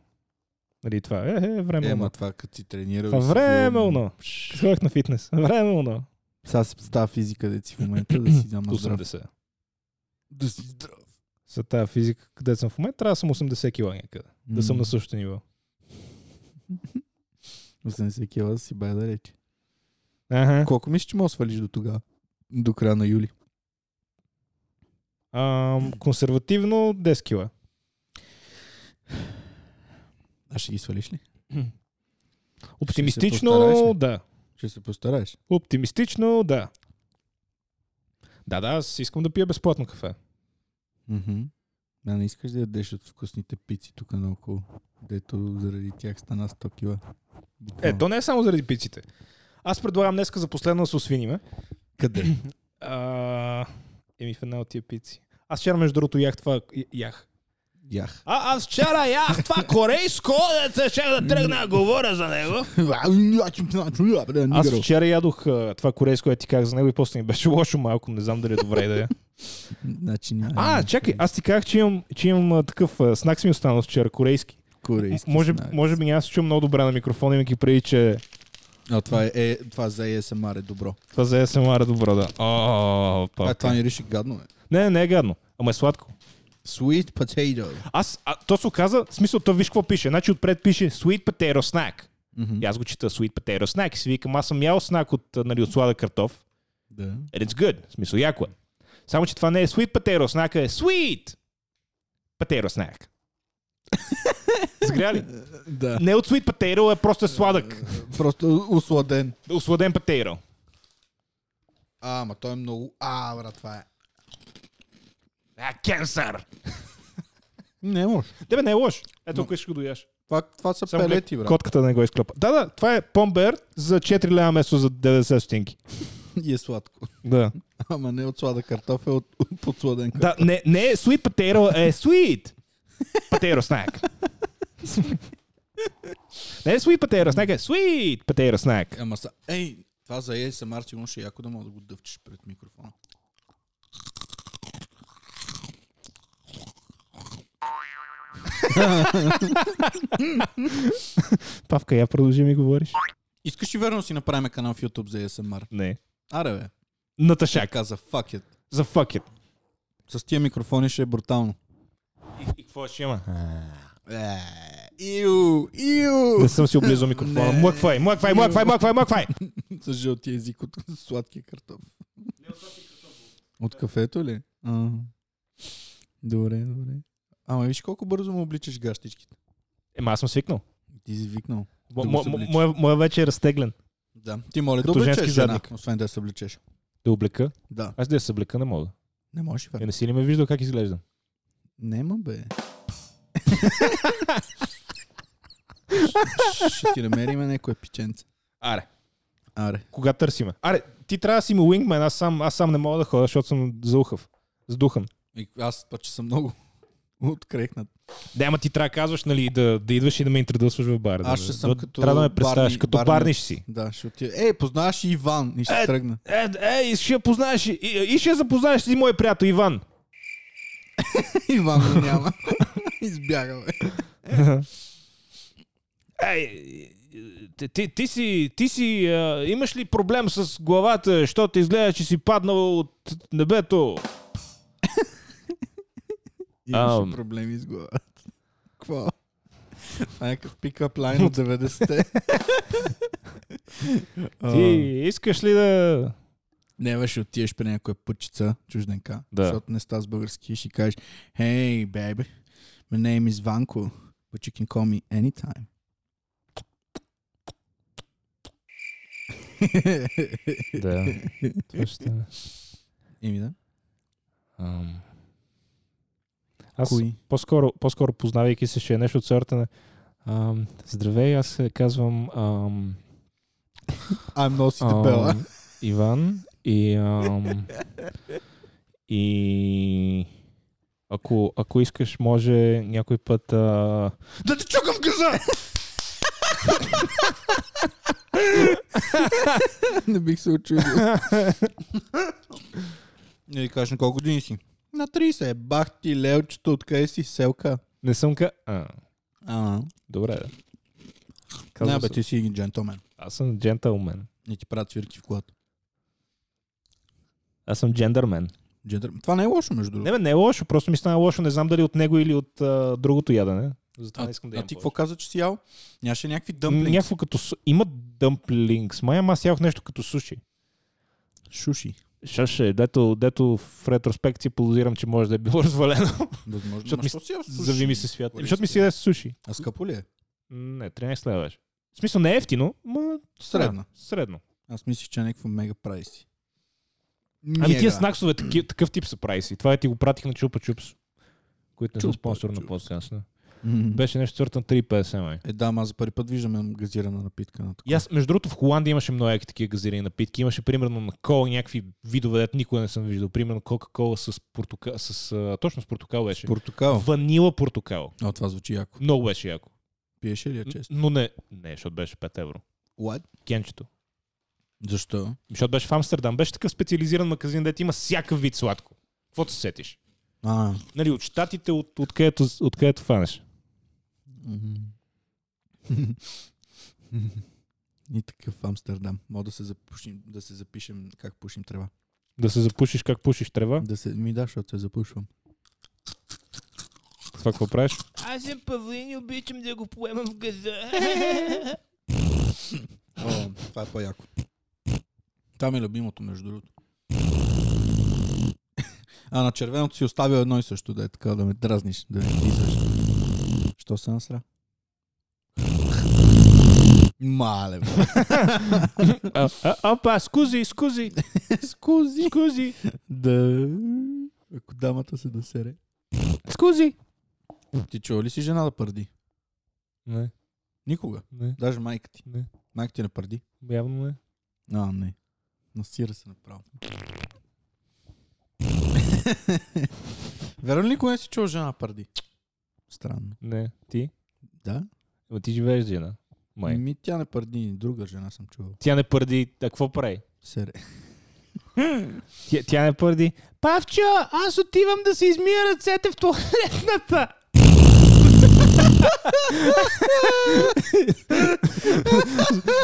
Нали това? Е, е време.
Е,
Ема,
ма това като си тренирал.
това
и си бил-
време, но. Ходих на фитнес. Време, но.
Сега си става физика, де си в момента, да си дам на здрав.
80.
Да си здрав.
За тази физика, където съм в момента, трябва да съм 80 кила някъде. Да съм
М.
на същото ниво.
80 кила да си бая далече.
Ага.
Колко мислиш, че мога да свалиш до тогава? До края на юли.
Ам, консервативно 10 кила.
А ще ги свалиш ли? постараеш
Оптимистично,
ли?
да.
Ще се постараеш.
Оптимистично, да. Да, да, аз искам да пия безплатно кафе.
Мгм. А не искаш да ядеш от вкусните пици тук наоколо, дето заради тях стана 100 кила.
Е, то не е само заради пиците. Аз предлагам днеска за последно да се освиниме.
къде?
А, еми в една от тия пици. Аз вчера, между другото, ях това... я- Ях.
Ях.
А, аз вчера ях това корейско, деца, ще да тръгна да говоря за него. Аз вчера ядох а, това корейско, което ти казах за него и после ми беше лошо малко, не знам дали е добре да е.
Значи няма.
А, чакай, аз ти казах, че имам, че имам а, такъв а, снак си ми останал вчера, корейски.
корейски.
може,
знак.
може би няма да се чувам много добре на микрофона, имайки преди, че
А, това, е, е, това за ASMR е добро.
това за SMR е добро, да. О,
А, това
папа.
мирише гадно, е.
Не, не, не е гадно, ама е сладко.
Sweet potato.
Аз, а, то се оказа, в смисъл, то виж какво пише. Значи отпред пише Sweet Potato Snack.
Мгм.
И аз го чета Sweet Potato Snack и си викам, аз съм ял снак от, а, нали, от сладък картоф.
Да.
And it's good. В смисъл, яко е. Само, че това не е sweet potato snack, а е sweet potato snack. Загря ли?
Да.
Не от sweet potato, е просто сладък.
Просто усладен.
Осладен potato.
А, ма той е много... А, брат, това е...
А, кенсър!
Не може.
Тебе не е лош. Ето,
Но-
ако искаш го дояш.
Това, това са
Само
пелети,
глед-
брат.
Котката не го изклепа. Да, да, това е помбер за 4 лева месо за 90 стинки.
И е сладко.
Да.
Ама не от слада картоф, е от от подсладен картоф.
да не, не е sweet potato, а е sweet potato snack. не е sweet potato snack, е sweet potato snack.
Е, Ама са... Ей, това за ASMR сигурно ще е яко да мога да го дъвчеш пред микрофона.
Павка, я продължи ми говориш.
Искаш ли верно да си направим канал в YouTube за ASMR?
Не.
Аре, бе.
Наташак.
Така за fuck it.
За fuck it.
С тия микрофони ще е брутално.
И, и какво ще има?
Е, Иу, иу.
Не съм си облизал микрофона.
Не.
Млъквай, млъквай, млъквай, млъквай, млъквай.
С жълтия език от сладкия картоф. От кафето ли? А. Добре, добре. Ама виж колко бързо му обличаш гащичките.
Ема аз съм свикнал.
Ти си викнал.
Мо-
Да го
мо-
се облича.
моя- Моя вече е разтеглен.
Да. Ти моля да
Като
обличаш
женски
жена,
задник.
освен да се обличеш.
Да облека.
Да.
Аз да я съблека не мога.
Не можеш, бе.
Е, не си ли ме виждал как изглеждам?
Нема, бе. Ще ти намериме някое пиченце.
Аре.
Аре.
Кога търсиме? Аре, ти трябва да си ми уингмен, аз сам, аз сам не мога да ходя, защото съм заухав. Сдухан.
И аз пък, че съм много открехнат.
Да, ама ти трябва да казваш, нали, да, да идваш и да ме интродълсваш в бара.
Аз
Да,
ще
да,
съм
да,
като
Трябва да ме представяш,
барни-
като
бармен.
барниш си.
Да, ще отида. Ей, познаваш и Иван и ще
Е,
тръгна.
Е, е, и ще я познаеш, и, и ще я запознаеш си мой приятел Иван.
Иван го няма. Избяга, бе.
Ей, ти, ти, ти си, ти си а, имаш ли проблем с главата, защото изглежда, че си паднал от небето? Ам.
Имаше проблеми с главата. Какво? Това е Някакъв пикап лайн от 90-те.
Ти искаш ли да...
Не, бе, ще отидеш при някоя пътчица, чужденка,
Да.
защото не става с български и ще кажеш Hey, baby, my name is Vanko, but you can call me anytime.
Да, това ще...
Еми да.
Ам... Аз
Кои?
по-скоро, по-скоро познавайки се, ще е нещо от сорта на ам, Здравей, аз се казвам ам,
I'm носи дебела.
ам, Иван и ам, и ако, ако искаш, може някой път а... да те чукам в газа!
не бих се очудил. Не да Е, кажеш на колко години си. На 30. Бах ти, лелчето, откъде си, селка.
Не съм ка... А,
А,
добре, да.
не,
Казвам
бе,
се-
ти си джентлмен.
Аз съм джентълмен.
Не ти правят свирки в колата.
Аз съм джендърмен.
Джентър- Това не е лошо, между другото.
Не, бе, не е лошо, просто ми стана лошо. Не знам дали от него или от а, другото ядене. Затова не
А,
искам да
а
ям
ти
повече.
какво каза, че си ял? Нямаше някакви
М,
дъмплинги.
Някакво като... су- Има дъмплингс. Май ама аз ядох нещо като суши.
Шуши.
Шаше, дето, дето в ретроспекция подозирам, че може да е било развалено.
Възможно.
Защото
Ма
ми
що си ял суши?
Зави ми се свят.
Корея
Защото ми
си
си яде суши.
А скъпо ли е?
Не, 13 лева беше. В смисъл не е ефтино, но...
Средно.
средно.
Аз мислих, че е някакво мега прайси.
Ами
Мега.
тия снаксове таки- такъв тип са прайси. Това е ти го пратих на Чупа Чупс, които не са
Chupa
спонсор на
Chups.
подкаста.
М.
Беше нещо сорта на 3,50 май.
Е, да, ма аз за първи път виждам газирана напитка на
И
такова.
аз, между другото, в Холандия имаше много яки такива газирани напитки. Имаше, примерно, на кола някакви видове, дето никога не съм виждал. Примерно, Кока-кола с портокал. С, а, точно с портокал
С
беше.
Портокал.
Ванила портокал.
О, това звучи яко.
Много беше яко.
Пиеше ли я Е, често?
Но не, не, защото беше 5 евро.
What?
Кенчето.
Защо?
Защото беше в Амстердам. Беше такъв специализиран магазин, дето има всякакъв вид сладко. Каквото се сетиш?
А.
Нали, от щатите, от, от, където, от където фанеш.
мгм. И такъв Амстердам. Мога да се, запушим, да се запишем как пушим трева.
Да се запушиш как пушиш трева.
Да се, ми да, защото се запушвам.
Това какво правиш?
Аз съм павлин и обичам да го поемам в газа.
О, това е по-яко. Това ми е любимото, между другото. А на червеното си оставил едно и също, да е така, да ме дразниш, да ме тизаш. Що се насра? Мале, бе.
А, а, Опа, скузи, скузи,
Скузи.
скузи,
Да. Ако дамата се досере.
скузи.
Ти чува ли си жена да пърди?
Не,
Никога.
не,
Даже майка ти.
не.
Майка ти не пърди.
Явно не.
А, не. Насира се направо. Верно ли никога не си чул жена да пърди? Странно.
Не, ти?
Да?
Ама ти живееш с жена. Май.
Ми тя не пърди, друга жена съм чувал.
Тя не пърди. А какво прави?
Сере.
Тя, тя не пърди. Павчо, аз отивам да се измия ръцете в туалетната.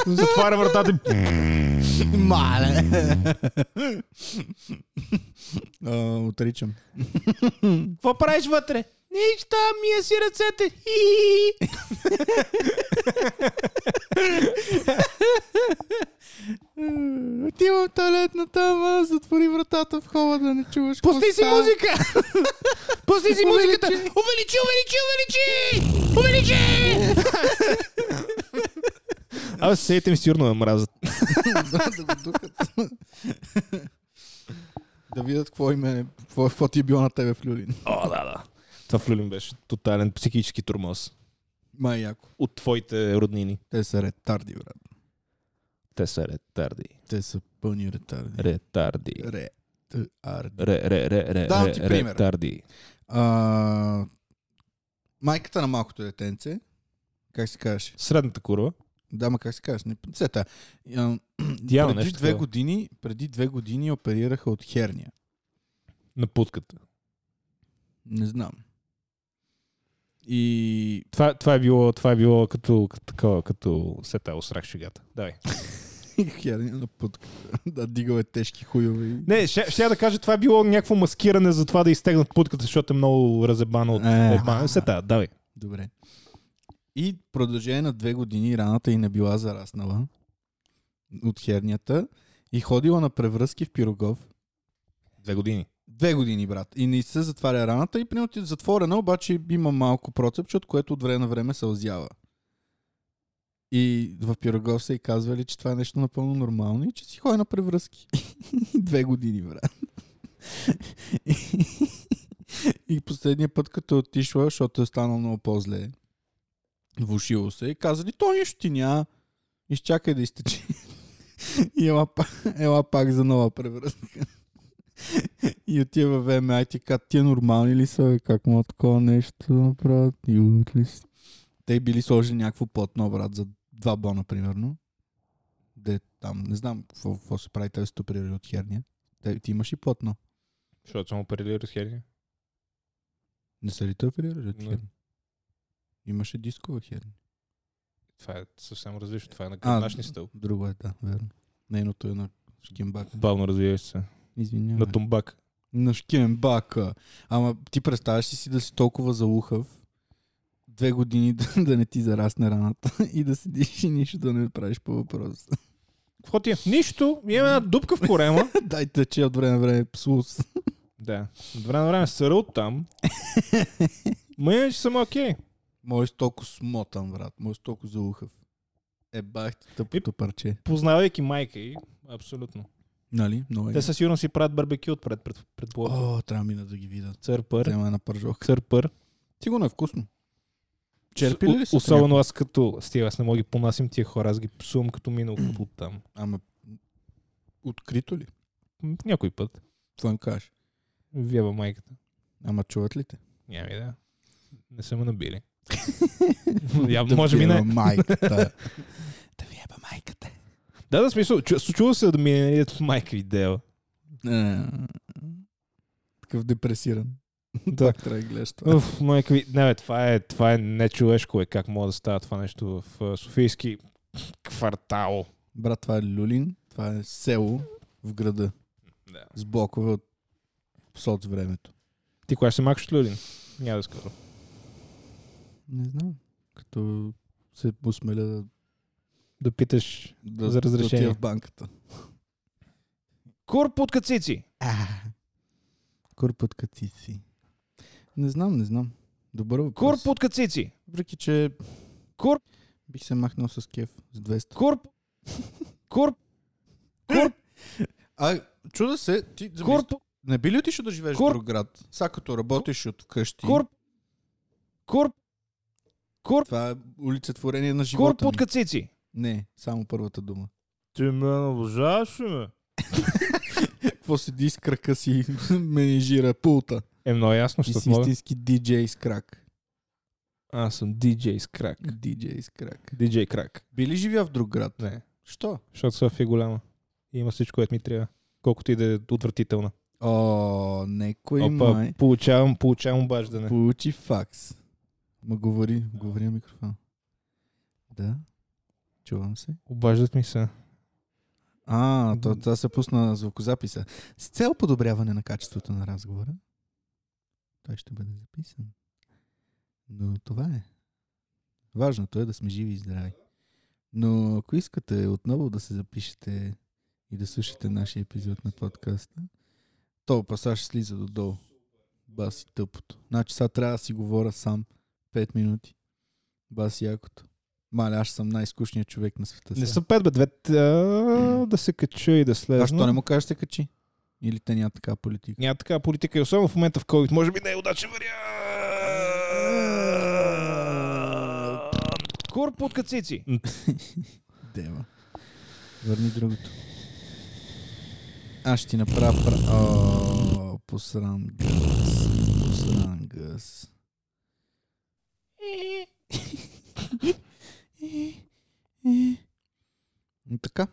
Затваря вратата.
Мале! А, Отричам.
Какво правиш вътре? Нищо, мия си ръцете.
Отивам в туалетната, ама затвори вратата в хола да не чуваш.
Пусти си музика! Пусти си музиката! Увеличи, увеличи, увеличи! Увеличи! Абе, съседите ми сигурно ме мразят.
да го духат. да видят какво име, какво, какво ти е било на тебе в Люлин.
О, да, да. Това в Люлин беше тотален психически турмоз.
Май яко.
От твоите роднини.
Те са ретарди, брат.
Те са ретарди.
Те са пълни ретарди.
Ретарди.
Ретарди.
Ре, ре, ре, ре,
Давам
ре,
ти пример.
ретарди.
А, майката на малкото детенце, как се казваш?
Средната курва.
Да, ма как се казваш? Не сета. А,
Тя
преди
нещо
две
такова.
години, преди две години оперираха от херния.
На путката.
Не знам. И
Това, това, е било, това е било като, като, такова, като сета усрах шегата. Давай.
херния на путката. да, дигал е тежки хуйове. и-
Не, ще, ще я да кажа, това е било някакво маскиране за това да изтегнат путката, защото е много разебана от
Е.
обмана. Сета, давай.
Добре. И в продължение на две години раната й не била зараснала от хернията и ходила на превръзки в пирогов.
Две години.
Две години, брат. И не се затваря раната и примерно ти е затворена, обаче има малко процепче, от което от време на време се озява. И в пирогов са и казвали, че това е нещо напълно нормално и че си ходи на превръзки. Две години, брат. и последния път, като е отишла, защото е станал много по-зле, влушило се и казали, то нищо ти няма, изчакай да изтече. и ела, па- ела пак за нова превръзка. И отива в ВМА и ти казват, тия нормални ли са, бе? как могат такова нещо да направят, юд ли са? Те били сложили някакво платно, брат, за два бона, примерно. Де там, не знам какво, какво се прави, те се оперирали от херния. Те, ти имаш и платно.
Защото съм оперирали херния.
Не са ли те оперирали от херния? Имаше дискова херния.
Това е съвсем различно. Това е на
гръбначни Друго е, да, верно. Нейното е на шкембак.
Бавно развиваш се.
Извинявай.
На тумбак.
На шкембака. Ама ти представяш ли си да си толкова залухав, две години да, да не ти зарасне раната и да седиш и нищо да не правиш по въпрос.
Какво ти е? Нищо. Имаме една дупка в корема.
Дай тече от време на време псус.
да. От време на време съра от там. Ма иначе съм окей.
Мой си толкова смотан, брат. Мой си толкова залухав. Е, бах ти тъпото парче.
Познавайки майка и абсолютно.
Нали? Много е.
Те със сигурност си правят барбекю отпред, пред, предполагам.
О, трябва мина да ги видят.
Църпър.
Тема е на пържок.
Църпър.
Сигурно е вкусно. Черпили ли
Ос-
си?
Особено аз като... Стига, аз не мога ги понасим тия хора. Аз ги псувам като мина от от там.
Ама, открито ли?
М, Някой път.
Това им кажеш.
Вява майката.
Ама чуват ли те?
Няма и да. Не са ме набили. Явно, може би
Да
не.
виеба майката. да ви еба майката.
Да, да, смисъл. чу- Случва се да ми е нали, майка ви дела.
А, Такъв депресиран.
Да.
Пак трябва да гледаш това.
Уф, майка ви. Не, бе, това е, това е нечовешко. Е. Как мога да става това нещо в а, Софийски квартал?
Брат, това е Люлин. Това е село в града.
Да.
С блокове от соц времето.
Ти кога ще се махаш от Люлин? Няма да скоро.
Не знам. Като се посмеля да,
Да питаш.
да,
За
да
разрешение.
отида в банката.
Кур под кацици!
Курпът кацици. Не знам, не знам. Добър въпрос.
Курп от кацици.
Въпреки, че
Курп,
бих се махнал с кеф с 200.
курп, курп,
А, чуда се, ти за
курп,
не би ли отишъл да живееш
Курп.
в друг град? Сега като работиш от къщи,
курп, курп, курп,
това е улицетворение на живота
курп от
ми.
кацици.
Не, само първата дума.
Ти ме наближаваш ли ме?
Какво седи с крака си и менежира пулта?
Е, много ясно,
И
що
си
мога.
истински диджей с крак.
Аз съм диджей с крак.
Диджей с крак.
Диджей крак.
Би ли живя в друг град?
Не.
Що?
Защото София е голяма. И има всичко, което ми трябва. Колкото и да е отвратителна.
О, некой
Опа,
май
получавам, получавам обаждане.
получи факс. Ма говори, говори на микрофон. Да, чувам се.
Обаждат ми се.
А, то, това се пусна на звукозаписа. С цел подобряване на качеството на разговора, той ще бъде записан. Но това е. Важното е да сме живи и здрави. Но ако искате отново да се запишете и да слушате нашия епизод на подкаста, то пасаж слиза до долу. Баси тъпото. Значи сега трябва да си говоря сам 5 минути. Баси якото. Маля, аз съм най-скучният човек на света.
Не
сега.
са пет, бе, две. а, Да се кача и да слезна.
А що не му кажеш се качи? Или те няма така политика?
Няма такава политика и особено в момента в COVID. Може би не е удачен вариант. Курп от кацици.
Дева. Върни другото. Аз ще ти направя... пра- О, посран гъс. Посран гъс. Ну Така.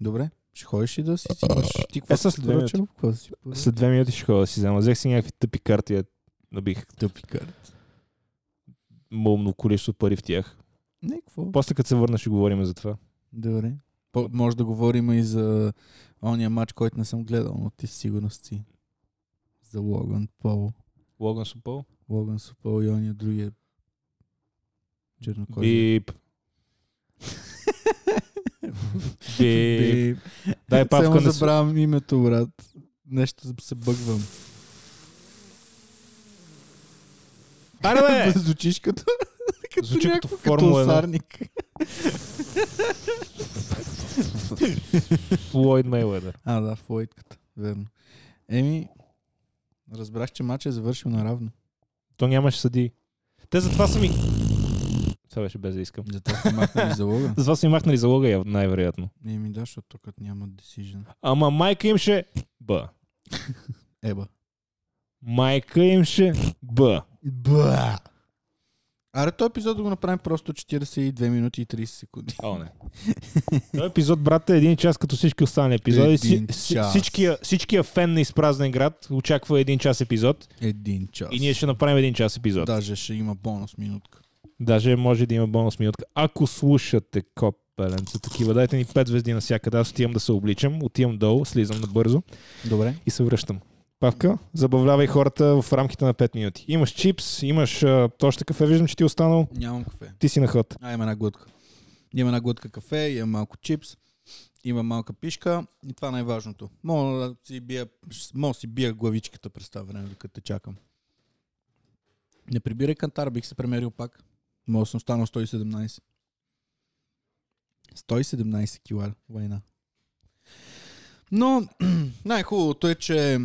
Добре. Ще ходиш и да си си имаш. Ти какво
Е, с
си
две минути.
поръчал? Какво си поръчал?
След две минути ще ходя да си взема. Взех си някакви тъпи карти. е, Набих
тъпи карти.
мълно количество пари в тях.
Не, какво?
После като се върна ще говорим за това.
Добре. По- може да говорим и за ония матч, който не съм гледал, но ти със сигурност си. За Логан Пол.
Логан Супол.
Логан с Пол и ония другия чернокожия.
Бип. Бип.
Бип.
Дай
Само
павка на с-
забравям името, брат. Нещо се бъгвам.
Аре, бе!
Звучиш като... като
Звучи като
някакво-
Формула едно.
осарник.
Флойд Мейледър.
А, да, Флойдката. Верно. Еми, разбрах, че матчът е завършил наравно.
То нямаше съди. Те затова са ми... Това беше без да искам.
Затова сме махнали залога.
Затова са ми махнали залога яв- най-вероятно.
Еми да, защото тук няма decision.
Ама майка им ще... Б.
Еба.
Майка им ще... Б.
Ба! Аре, този епизод да го направим просто 42 минути и 30 секунди.
О, не. Този епизод, брата, е един час като всички останали епизоди. Си,
Един
си-
час.
всичкия, всичкия фен на изпразнен град очаква един час епизод
Един час.
и ние ще направим един час епизод.
Даже ще има бонус минутка.
Даже може да има бонус минутка. Ако слушате копеленца, такива, дайте ни 5 звезди навсякъде. Аз отивам да се обличам, отивам долу, слизам набързо
Добре.
и се връщам. Павка, забавлявай хората в рамките на 5 минути. Имаш чипс, имаш а, още кафе, виждам, че ти е останал.
Нямам кафе.
Ти си на ход.
А, има една глътка. Има една глътка кафе, има малко чипс, има малка пишка и това е най-важното. Мога да си бия, мога да си бия главичката през това време, докато те чакам. Не прибирай кантар, бих се премерил пак. Мога да съм станал 117. 117 кила война. Но най-хубавото е, че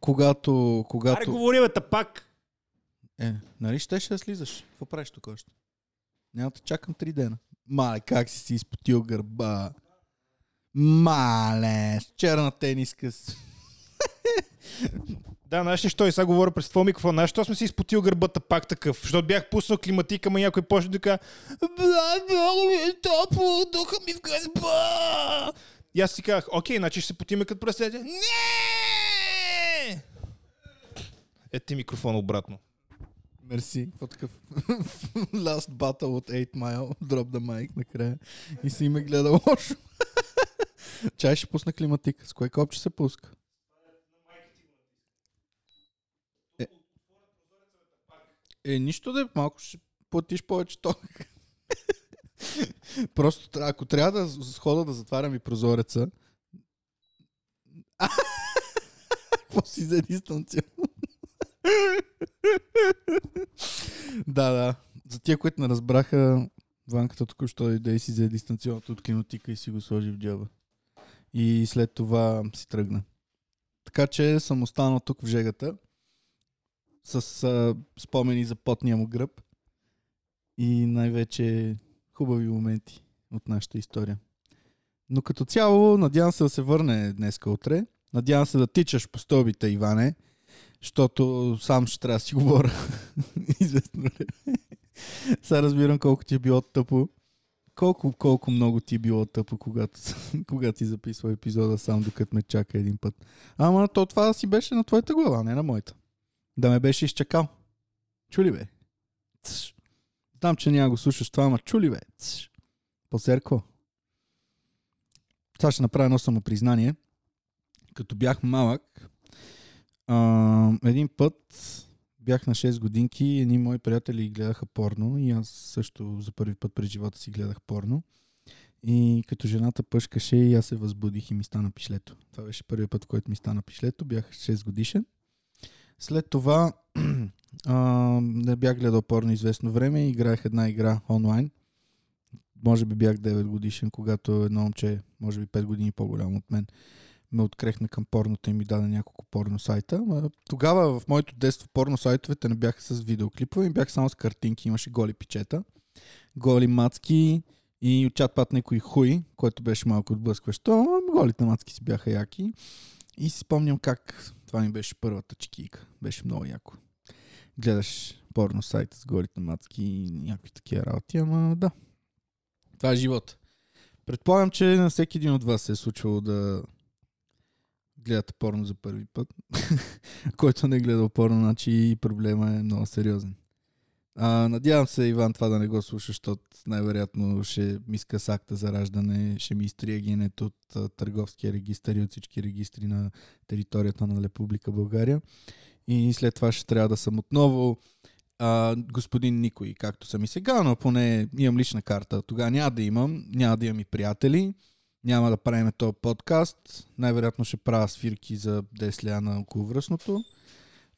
когато...
Аре,
когато...
говори, бе, пак!
Е, нали щеше да слизаш? Какво правиш тук още? Няма да те чакам три дена. Мале, как си си изпотил гърба? Мале, с черна тениска. с-
Да, знаеш ли, що и сега говоря през твоя микрофон? Знаеш, що сме си изпотил гърбата пак такъв? Защото бях пуснал климатика, ма някой почна да казва Бля, много ми е топло, духа ми в гърба! И аз си казах, окей, значи ще се потиме като пръстите. Не! Е ти микрофон обратно.
Мерси. Какво такъв? Last battle от 8 Mile. Drop the mic накрая. И си ме гледа лошо. Чай ще пусна климатик. С кое копче се пуска? Е, е нищо да е, малко ще платиш повече ток. Просто тра- ако трябва да с- с хода да затварям и прозореца. Какво си за дистанционно? да, да. За тия, които не разбраха, Ванката току-що дойде и си взе дистанционното от кинотика и си го сложи в джоба. И след това си тръгна. Така че съм останал тук в жегата с а, спомени за потния му гръб и най-вече хубави моменти от нашата история. Но като цяло, надявам се да се върне днеска утре. Надявам се да тичаш по стълбите, Иване, защото сам ще трябва да си говоря известно време. Сега разбирам колко ти е било тъпо. Колко, колко много ти е било тъпо, когато, когато ти записва епизода сам, докато ме чака един път. Ама то това си беше на твоята глава, не на моята. Да ме беше изчакал. Чули бе? Цш. Знам, че няма го слушаш това, ама чули бе? Цш. Посерко. Сега ще направя едно самопризнание. Като бях малък, а, един път бях на 6 годинки и едни мои приятели гледаха порно и аз също за първи път през живота си гледах порно. И като жената пъшкаше и аз се възбудих и ми стана пишлето. Това беше първият път, в който ми стана пишлето. Бях 6 годишен. След това а, не бях гледал порно известно време. Играех една игра онлайн. Може би бях 9 годишен, когато едно момче, може би 5 години по-голямо от мен, ме открехна към порното и ми даде няколко порно сайта. Ма, Тогава в моето детство порно сайтовете не бяха с видеоклипове, ми бяха само с картинки, имаше голи пичета, голи мацки и отчат пат някой хуй, който беше малко отблъскващо, ама голите мацки си бяха яки. И си спомням как това ми беше първата чекийка. Беше много яко. Гледаш порно сайта с голите мацки и някакви такива работи, ама да. Това е живот. Предполагам, че на всеки един от вас се е случвало да гледате порно за първи път. Който не е гледал порно, значи проблема е много сериозен. А, надявам се, Иван, това да не го слуша, защото най-вероятно ще ми иска с акта за раждане, ще ми изтрие генето от а, търговския регистър и от всички регистри на територията на Република България. И след това ще трябва да съм отново а, господин Никой, както съм и сега, но поне имам лична карта. Тогава няма да имам, няма да имам и приятели, няма да правим този подкаст. Най-вероятно ще правя свирки за 10 ля на околовръстното.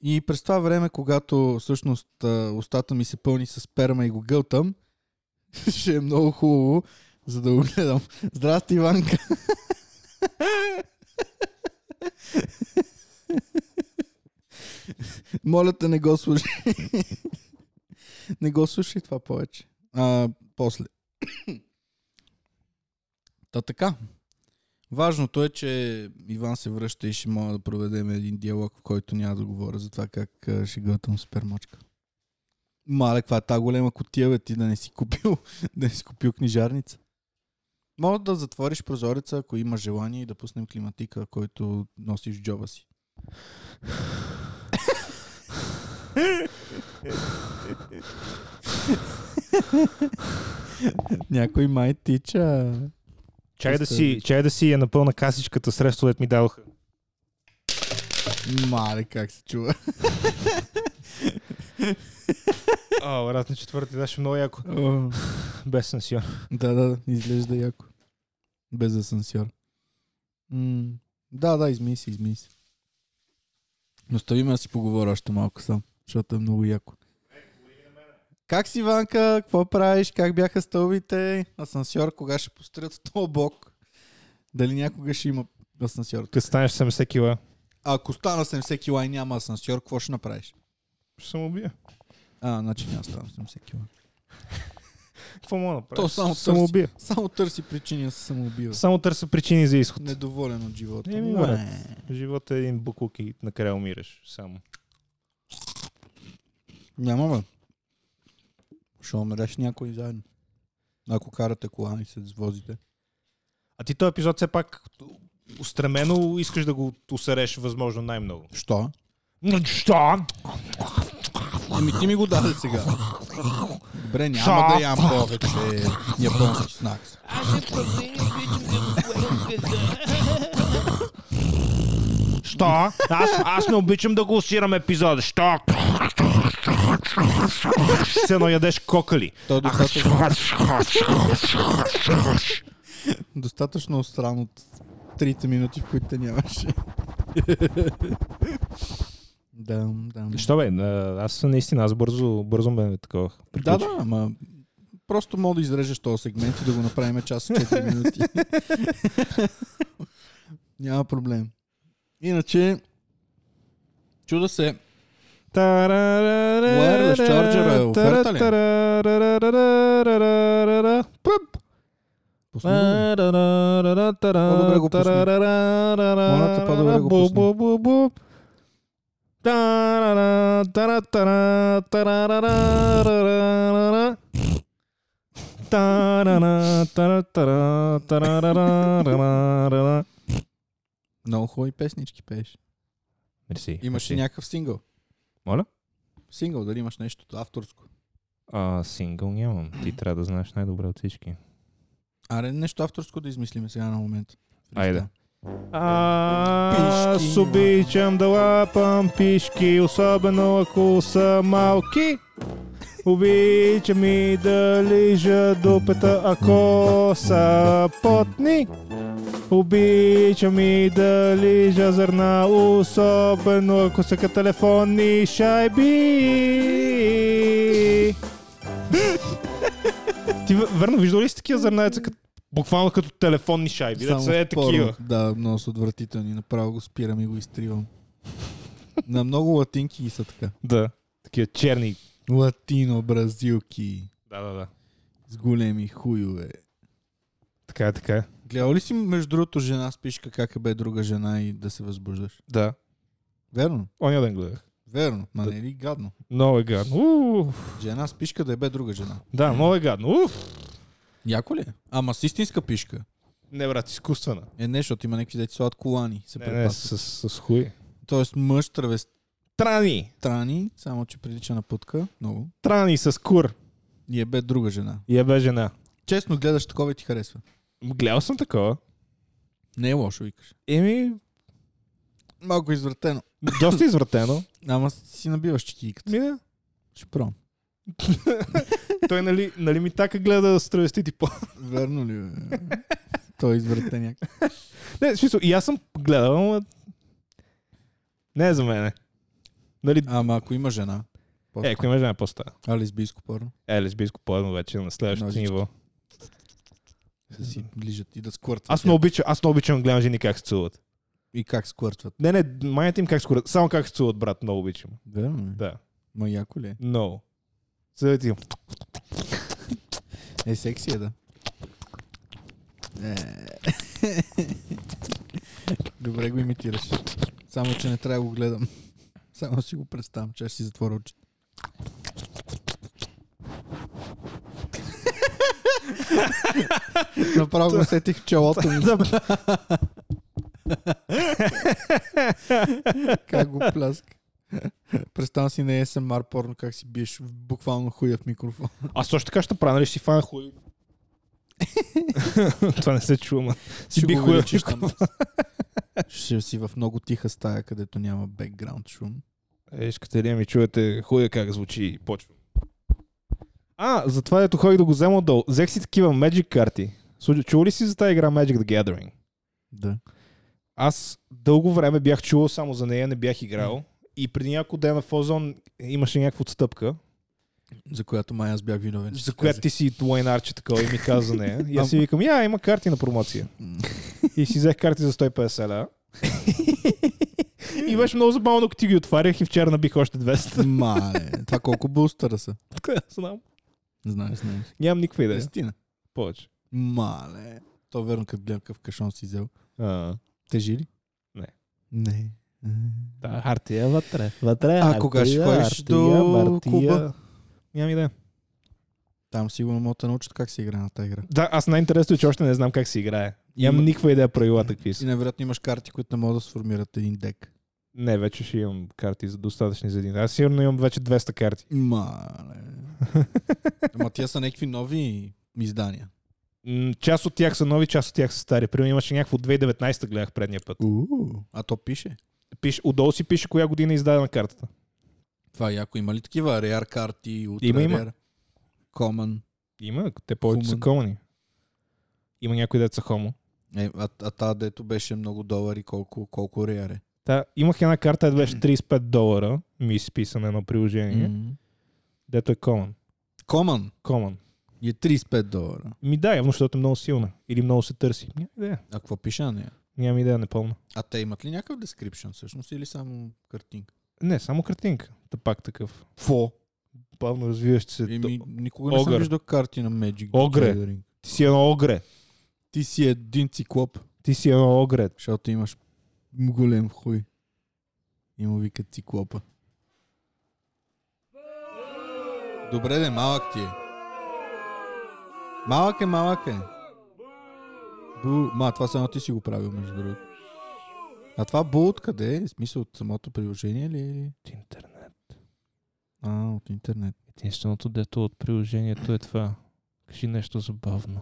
И през това време, когато всъщност а, устата ми се пълни с сперма и го гълтам, ще е много хубаво, за да го гледам. Здрасти, Иванка! Моля те, не го слушай. не го слушай това повече. А, после. Та така. Важното е, че Иван се връща и ще мога да проведем един диалог, в който няма да говоря за това как а, ще гълтам спермочка. Мале, каква е та голема котия, бе, ти да не си купил, да не си купил книжарница. Може да затвориш прозореца, ако има желание и да пуснем климатика, който носиш в джоба си. Някой май тича.
Чай да,
Просто- е
си, чай да си я напълна касичката средство, дет ми дадоха.
Мале, как се чува.
О, брат, на четвърти даш много яко. Без сенсион.
да, да, изглежда яко. Без асансьор. М, да, да, измий се, измий се. Но стави ме да си поговоря още малко сам, защото е много яко. Как си, Ванка? Какво правиш? Как бяха стълбите? Асансьор, кога ще построят този блок? Дали някога ще има асансьор?
Като станеш 70 кила,
Ако стана 70 кила и няма асансьор, какво ще направиш?
ще съм убия.
А, значи няма да стана 70 кила.
Какво мога да направя?
То само търси.
убия.
Само търси причини да се самоубива.
Само търся причини за изход.
Недоволен от живота.
Еми,
Уе.
брат. Живота е един буклук и накрая умираш само.
Няма, бе. Ще умреш някой заедно. Ако карате кола и се звозите.
А ти този епизод все пак устремено искаш да го усереш възможно най-много.
Що?
Що?
Ами ти ми го даде сега. Добре, няма
Що?
да ям повече японски снакс.
Аз е павлин и обичам да го поемам в газа.
Що? Аз, аз не обичам да го усирам епизода. Що? Се едно ядеш кокали.
То е достатъчно, достатъчно странно от трите минути, в които те нямаше. Да, да.
Що бе, а, аз наистина, аз бързо, бързо ме такова.
Да,
приключих.
да, ама просто мога да изрежеш този сегмент и да го направим час и 4 минути. Няма проблем. Иначе, чуда се, Wireless charger е оферта ли?
Тарарарарарарарарарарара. Пъп.
пусни го бе.
По-добре
го пусни. Моля те, по-добре го пусни. много хубави песнички пееш.
Мерси.
Имаш ли
мерси.
някакъв сингъл?
Моля?
Сингъл, дали имаш нещо авторско?
А, сингъл нямам. Ти трябва да знаеш най-добре от всички.
Аре, нещо авторско да измислиме сега на момент.
Айде.
Пишки.
Аз обичам да лапам пишки, особено ако са малки. Обичам и да лижа дупета, ако са потни. Обичам и да лижа зърна, особено ако са като телефонни шайби. Ти въ- върна, виждал ли си такива зърнаеца, като, буквално като телефонни шайби?
Само
Деца е
в порно.
такива.
Да, много са отвратителни. Направо го спирам и го изтривам. на много латинки са така.
Да. Такива черни.
Латино, бразилки.
Да, да, да.
С големи хуйове.
Така е, така е.
Гледал ли си, между другото, жена с пишка как е бе друга жена и да се възбуждаш?
Да.
Верно,
Оня ден гледах.
верно. Ма
Да.
не е ли гадно?
Много е гадно. Уф.
Жена с пишка да е бе друга жена.
Да, много е гадно. Уф.
Яко ли е? Ама с истинска пишка.
Не, брат, изкуствена.
Е, не, защото има някакви деца от колани. Се
Не, не,
препасват.
с, с, с хуй.
Тоест мъж травестрани,
Трани.
само че прилича на путка. Много.
Трани с кур.
И е бе друга жена.
И е бе жена.
Честно гледаш такова и ти харесва.
М, Гледал съм такова.
Не е лошо, викаш.
Еми,
Малко извратено.
доста извратено.
Ама си набиваш чекиката.
Ми, да.
Ще пром.
Той, нали, нали ми така гледа с травестити по...
Верно ли бе? Той е извратеняк.
Не, в смисъл, и аз съм гледал, но... Не е за мене. Нали,
Ама ако има жена,
е, ако има жена, какво става?
а лесбийско порно,
Е, лесбийско порно вече е на следващото
Ножички.
ниво.
да си лижат и да сквъртват.
Аз много обичам, аз много обичам да гледам жени как се целуват.
И как сквъртват.
Не, не, майната им как се целуват. Само как се целуват, брат, много обичам.
Верно ли?
Да.
Ма яко ли е?
Много. Целуват им.
Е, секси е, да. Е. Добре го имитираш. Само, че не трябва да го гледам. Само си го представям, че ще си затворя очите. Направо го сетих в челото ми. как го пляска. Представям си на ASMR порно как си биеш буквално хуя в микрофон.
Аз също така ще правя, нали ще си фана хуй. Това не се чува, ма. Си
Ще
би
го
хуй.
увеличиш там. Ще си в много тиха стая, където няма бекграунд шум.
Ешкате Е, ли ми чуете хуя как звучи и почвам. А, затова ето ходих да го взема отдолу. Взех си такива Magic карти. Слу- Чувал ли си за тази игра Magic the Gathering?
Да.
Аз дълго време бях чувал само за нея, не бях играл. И преди няколко дена в Озон имаше някаква отстъпка,
За която май аз бях виновен. че
за
ти
която
казах.
ти си лайнарче такова и ми каза за нея. И аз си викам, я, има карти на промоция. И си взех карти за 150 ля. и беше много забавно, като ти ги отварях и вчера набих още 200.
Мале, това колко бустера са.
Откъде да знам?
Знаеш, знаеш.
Нямам никаква идея.
Десетина.
Повече.
Мале. То верно, като гледам какъв кашон си взел.
А,
Тежи ли?
Не.
Не.
да,
Хартия е вътре. Вътре.
А кога ще
хартия,
ходиш
хартия,
до
мартия.
клуба?
нямам идея.
Там сигурно могат да научат как се играе на тази игра.
Да, аз най-интересно е, че още не знам как се играе. Нямам
Има-
никаква идея правила какви
Ти
са.
невероятно имаш карти, които не могат да сформират един дек.
Не, вече ще имам карти за достатъчни за един. Аз сигурно имам вече 200 карти.
Мале. Ама тия са някакви нови издания.
М, Част от тях са нови, част от тях са стари. Примерно имаше някакво от 2019 гледах предния път.
А то пише.
Пиш, отдолу си пише коя година е издадена картата.
Това е яко. Има ли такива реар карти? Ултра
Има, има.
рар? Common.
Има, те повече са
Хумен.
комани. Има някои деца хомо.
Е, а, а та дето беше много долари, колко, колко реар е.
Та, имах една карта, да беше 35 долара, ми изписана едно приложение,
М.
дето е common.
Common
Common.
е 35 долара.
Ми да, явно, защото е много силна. Или много се търси. Няма идея.
А какво пише на нея?
Нямам идея, не помня.
А те имат ли някакъв description всъщност или само картинка?
Не, само картинка. Та пак такъв.
Фо.
Бавно развиващ се.
Еми, никога не съм
Е, Огър.
виждал карти на Magic. the
Огре.
Gathering.
Ти си едно огре.
Ти си един циклоп,
Ти си едно огре.
защото имаш голем хуй. И му викат циклопа. Добре де, малък ти е. Малък е, малък е. Бу... Ма, това само ти си го правил, между другото. А това бу откъде е? В смисъл от самото приложение ли? е?
Интернет.
А, от интернет.
Единственото дето от приложението е това. Кажи нещо забавно.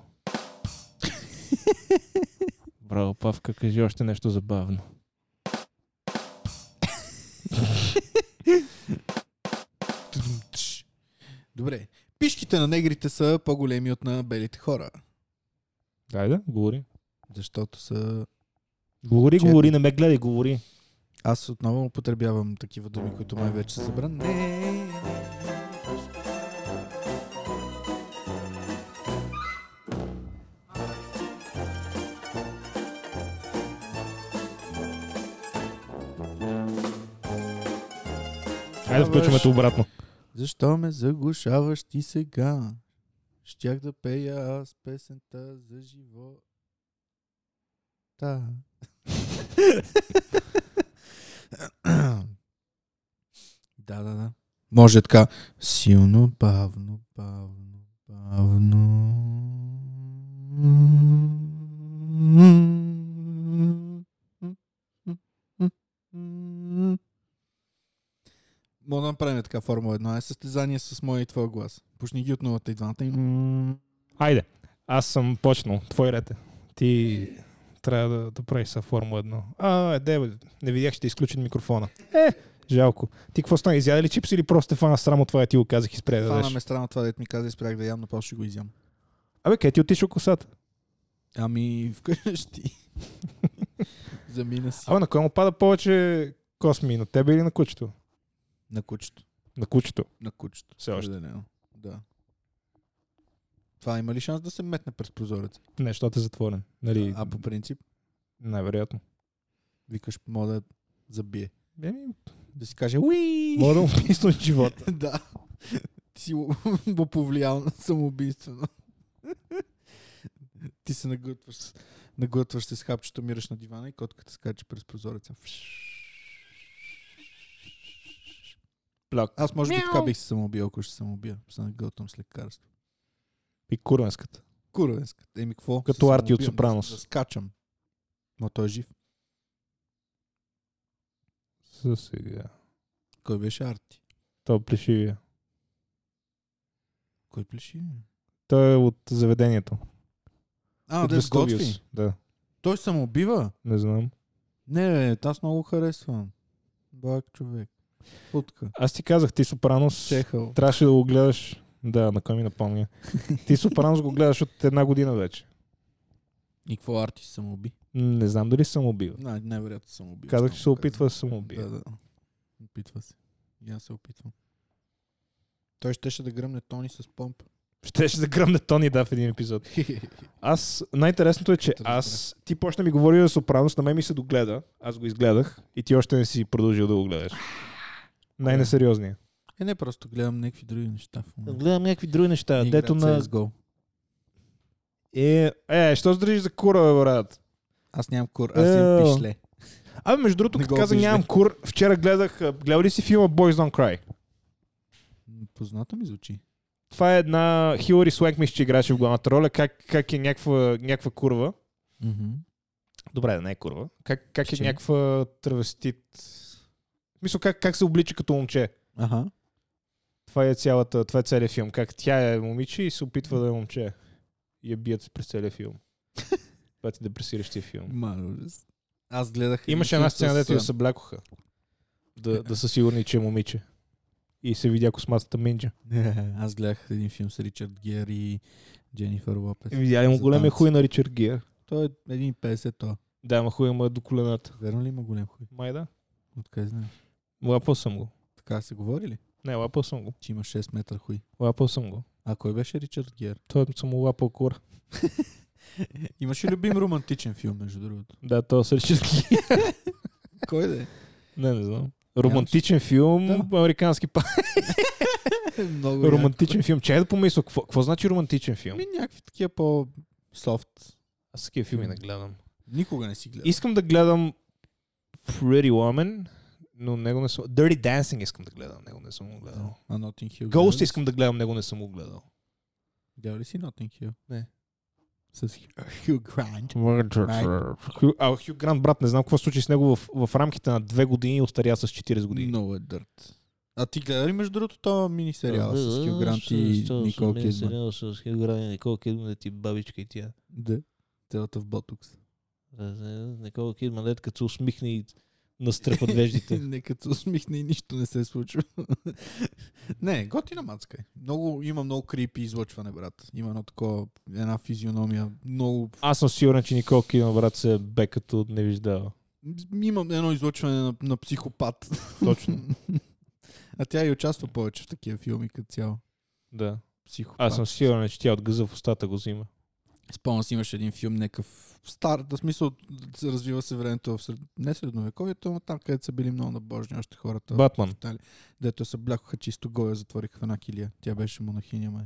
Браво, Павка, кажи още нещо забавно.
Тш. Добре. Пишките на негрите са по-големи от на белите хора,
Айде, говори.
защото са
Говори,
Четни.
говори, не ме гледай, говори.
Аз отново употребявам такива думи, които май вече са забранени.
Айде, включваме те обратно.
Защо ме заглушаваш ти сега? Щях да пея аз песента за живота. да, да, да. Може така. Силно, бавно, бавно, бавно. Мога да направим така Формула 1. Е състезание с моя и твоя глас. Почни ги от нулата и двамата. и-
Айде, аз съм почнал. Твой ред е. Ти трябва да, да правиш са Формула 1. А, е, де, бе, не видях, ще е изключен микрофона. Е, жалко. Ти какво стана? Изяде ли чипс или просто те фана срамо това, я ти го казах и спря Е, да
Фана
дадеш?
ме странно това, дете ми каза и спрях да ям, но после ще го изям.
Абе, къде ти отиш косата?
Ами, вкъщи. Замина си.
Абе, на кой му пада повече косми? На тебе или на кучето?
На кучето.
На кучето.
На кучето.
Все още.
Определено. Да. Това има ли шанс да се метне през прозореца?
Не, защото е затворен. Нали,
А по принцип,
най-вероятно.
викаш, мога да забие.
Еми,
Да си каже, уи!
мога да му писна от живота.
Да. Ти си му- му повлиял на самоубийствено. Ти се нагътваш, с- нагътваш се с хапчето, мираш на дивана и котката скача през прозореца.
Пляк.
Аз може би така бих се самоубил, ако ще се самоубия. Ще Се нагълтам с лекарство.
И куренската.
Куровенска. Еми, какво?
Като
Се
Арти от
самоубивам,
Сопранос.
Да, да скачам. Но той е жив.
За сега.
Кой беше Арти?
То плешивия.
Кой плеши?
Той е от заведението.
А,
от
да,
Вестовиус.
Готви.
Да,
Той се самоубива?
не знам.
Не, бе, аз много го харесвам. Бак човек. Путка.
Аз ти казах, ти Сопранос,
Чехъл.
трябваше да го гледаш. Да, на кой ми напомня. ти Сопранос го гледаш от една година вече.
И какво Арти се самоуби?
М, Не знам дали съм убил.
Най- най-вероятно се самоубие.
Казах,
само
че се
го
опитва да се самоубие.
Да, да. Опитва се. И аз се опитвам. Той щеше да гръмне Тони с помп.
Щеше да гръмне Тони, да, в един епизод. Аз, най-интересното е, че
Та, разбрах.
аз, ти почна ми говори за Сопранос, на мен ми се догледа, аз го изгледах и ти още не си продължил да го гледаш. Най-несериозният.
е, не, просто гледам някакви други неща в момента.
Гледам някакви други неща.
И
Дето
играя
на...
CS:GO.
Е, е, що се държиш за кура, бе, брат?
Аз нямам кур, аз имам
Ео.
пишле.
Абе, между другото,
Не
като
го
каза
виждах.
нямам кур, вчера гледах, а, гледал ли си филма Boys Don't Cry?
М, Познато ми звучи.
Това е една Хилари Суенк, мисля, че играше в главната роля, как, как е някаква, някаква курва. Добре, да не е курва. Как, как е
Че?
някаква травестит. В смисъл, как, как се облича като момче.
Аха.
Това е, цялата, това е целият филм. Как тя е момиче и се опитва да е момче. И я бият през целия филм. Това е ти депресиращия филм.
Мале ужас. Аз гледах...
Имаше
един
една
филм
е сцена,
с,
дето я
а,
съблякоха. Да, да са сигурни, че е момиче. И се видя косматата минджа.
Аз гледах един филм с Ричард Гер и Дженнифър Лопес.
Е, Видя му
За големия
големия
танци. хуй
хуй на Ричард Гир.
Той е 1,50 то.
Да, ама хуя му е до колената.
Верно ли има голям хуй?
Май да.
Откъде знаеш?
Лапал съм го.
Така се говори ли?
Не, лапал съм го.
Че има 6 метра хуй.
Лапал съм го.
А кой беше Ричард Гер?
Той съм му лапал кур.
Имаш ли любим романтичен филм, между другото?
Да, то се речи такива.
Кой да е?
Не, не знам. Романтичен филм,
Да.
американски пак.
Много
Романтичен филм. Чай да помисля, какво, какво значи романтичен филм?
Ми някакви такива по-софт.
Аз такива филми не гледам.
Никога не си гледал.
Искам да гледам Pretty Woman, но него не съм... Dirty Dancing искам да гледам, него не съм го гледал.
А Notting Hill. гледа ли
Ghost
си?
искам да гледам, него не съм го гледал.
Гледал ли си Notting Hill?
Не.
С Хю- Хю Грант.
Хю- А Хю Грант, брат, не знам какво се случи с него в, в рамките на две години и остаря с 40 години.
Много е дърт. А ти гледа ли между другото това мини сериал с Хю Грант и Никол Кидман?
Сериал с Хил Грант и Никол Кидман, ти бабичка и тя.
Да. Телата в ботокс.
Никол Кидман, лед като се усмихне и настръпа веждите.
Нека се усмихне и нищо не се случва. не, готина мацка е. Много, има много крипи излъчване, брат. Има едно такова, една физиономия. Много...
Аз съм сигурен, че Никол Кидман, брат, се бе като не виждава.
Има едно излъчване на, на психопат.
Точно.
а тя и участва повече в такива филми като цяло.
да.
Психопат.
Аз съм сигурен, че тя от гъза в устата го взима.
Спомням си, имаше един филм, някакъв стар, да смисъл, се развива се времето в сред... не средновековието, но там, където са били много набожни още хората,
Батман.
дето се блякоха чисто гоя, затвориха в една килия. Тя беше монахиня, май.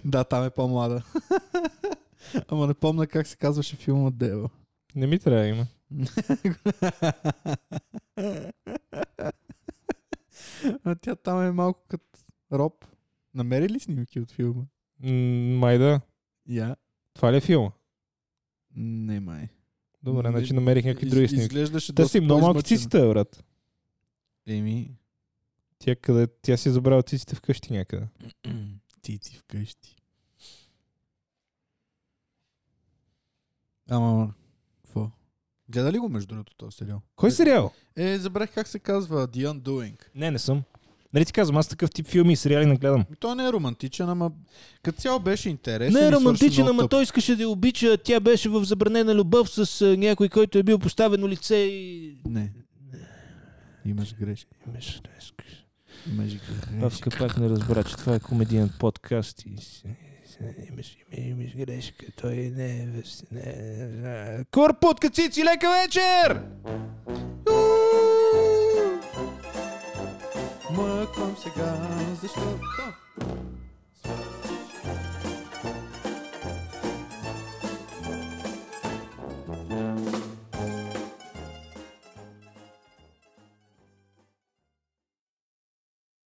да, там е по-млада. Ама не помня как се казваше филма Дева.
Не ми трябва да има.
А тя там е малко като роб. Намери ли снимки от филма?
М, Май да.
Я?
Това ли е филма?
Не, май.
Добре,
Не-
значи намерих някакви други
Из-
снимки.
Изглеждаше
Те
доста
си много малки
по-измъчена.
циците, бе, брат.
Еми,
Тя, къде, тя си е забрала циците вкъщи някъде.
цици вкъщи. Ама, какво? Гледа ли го между другото този сериал?
Кой
Е,
сериал?
Е, забрах как се казва The Undoing.
Не, не съм. Нали ти казвам, аз такъв тип филми и сериали не гледам.
Ми той не е романтичен, ама като цяло беше интересен.
Не
и
е
свърши
романтичен,
много
ама
тъп.
той искаше да я обича. Тя беше в забранена любов с а, някой, който е бил поставено лице и...
Не. Имаш грешка. Имаш грешка.
Павка капак не разбра, че това е комедиен подкаст и си- имаш, имаш грешка. Той не е... вес- не е-
Корпут, кацици, лека вечер!
Мъквам сега, защото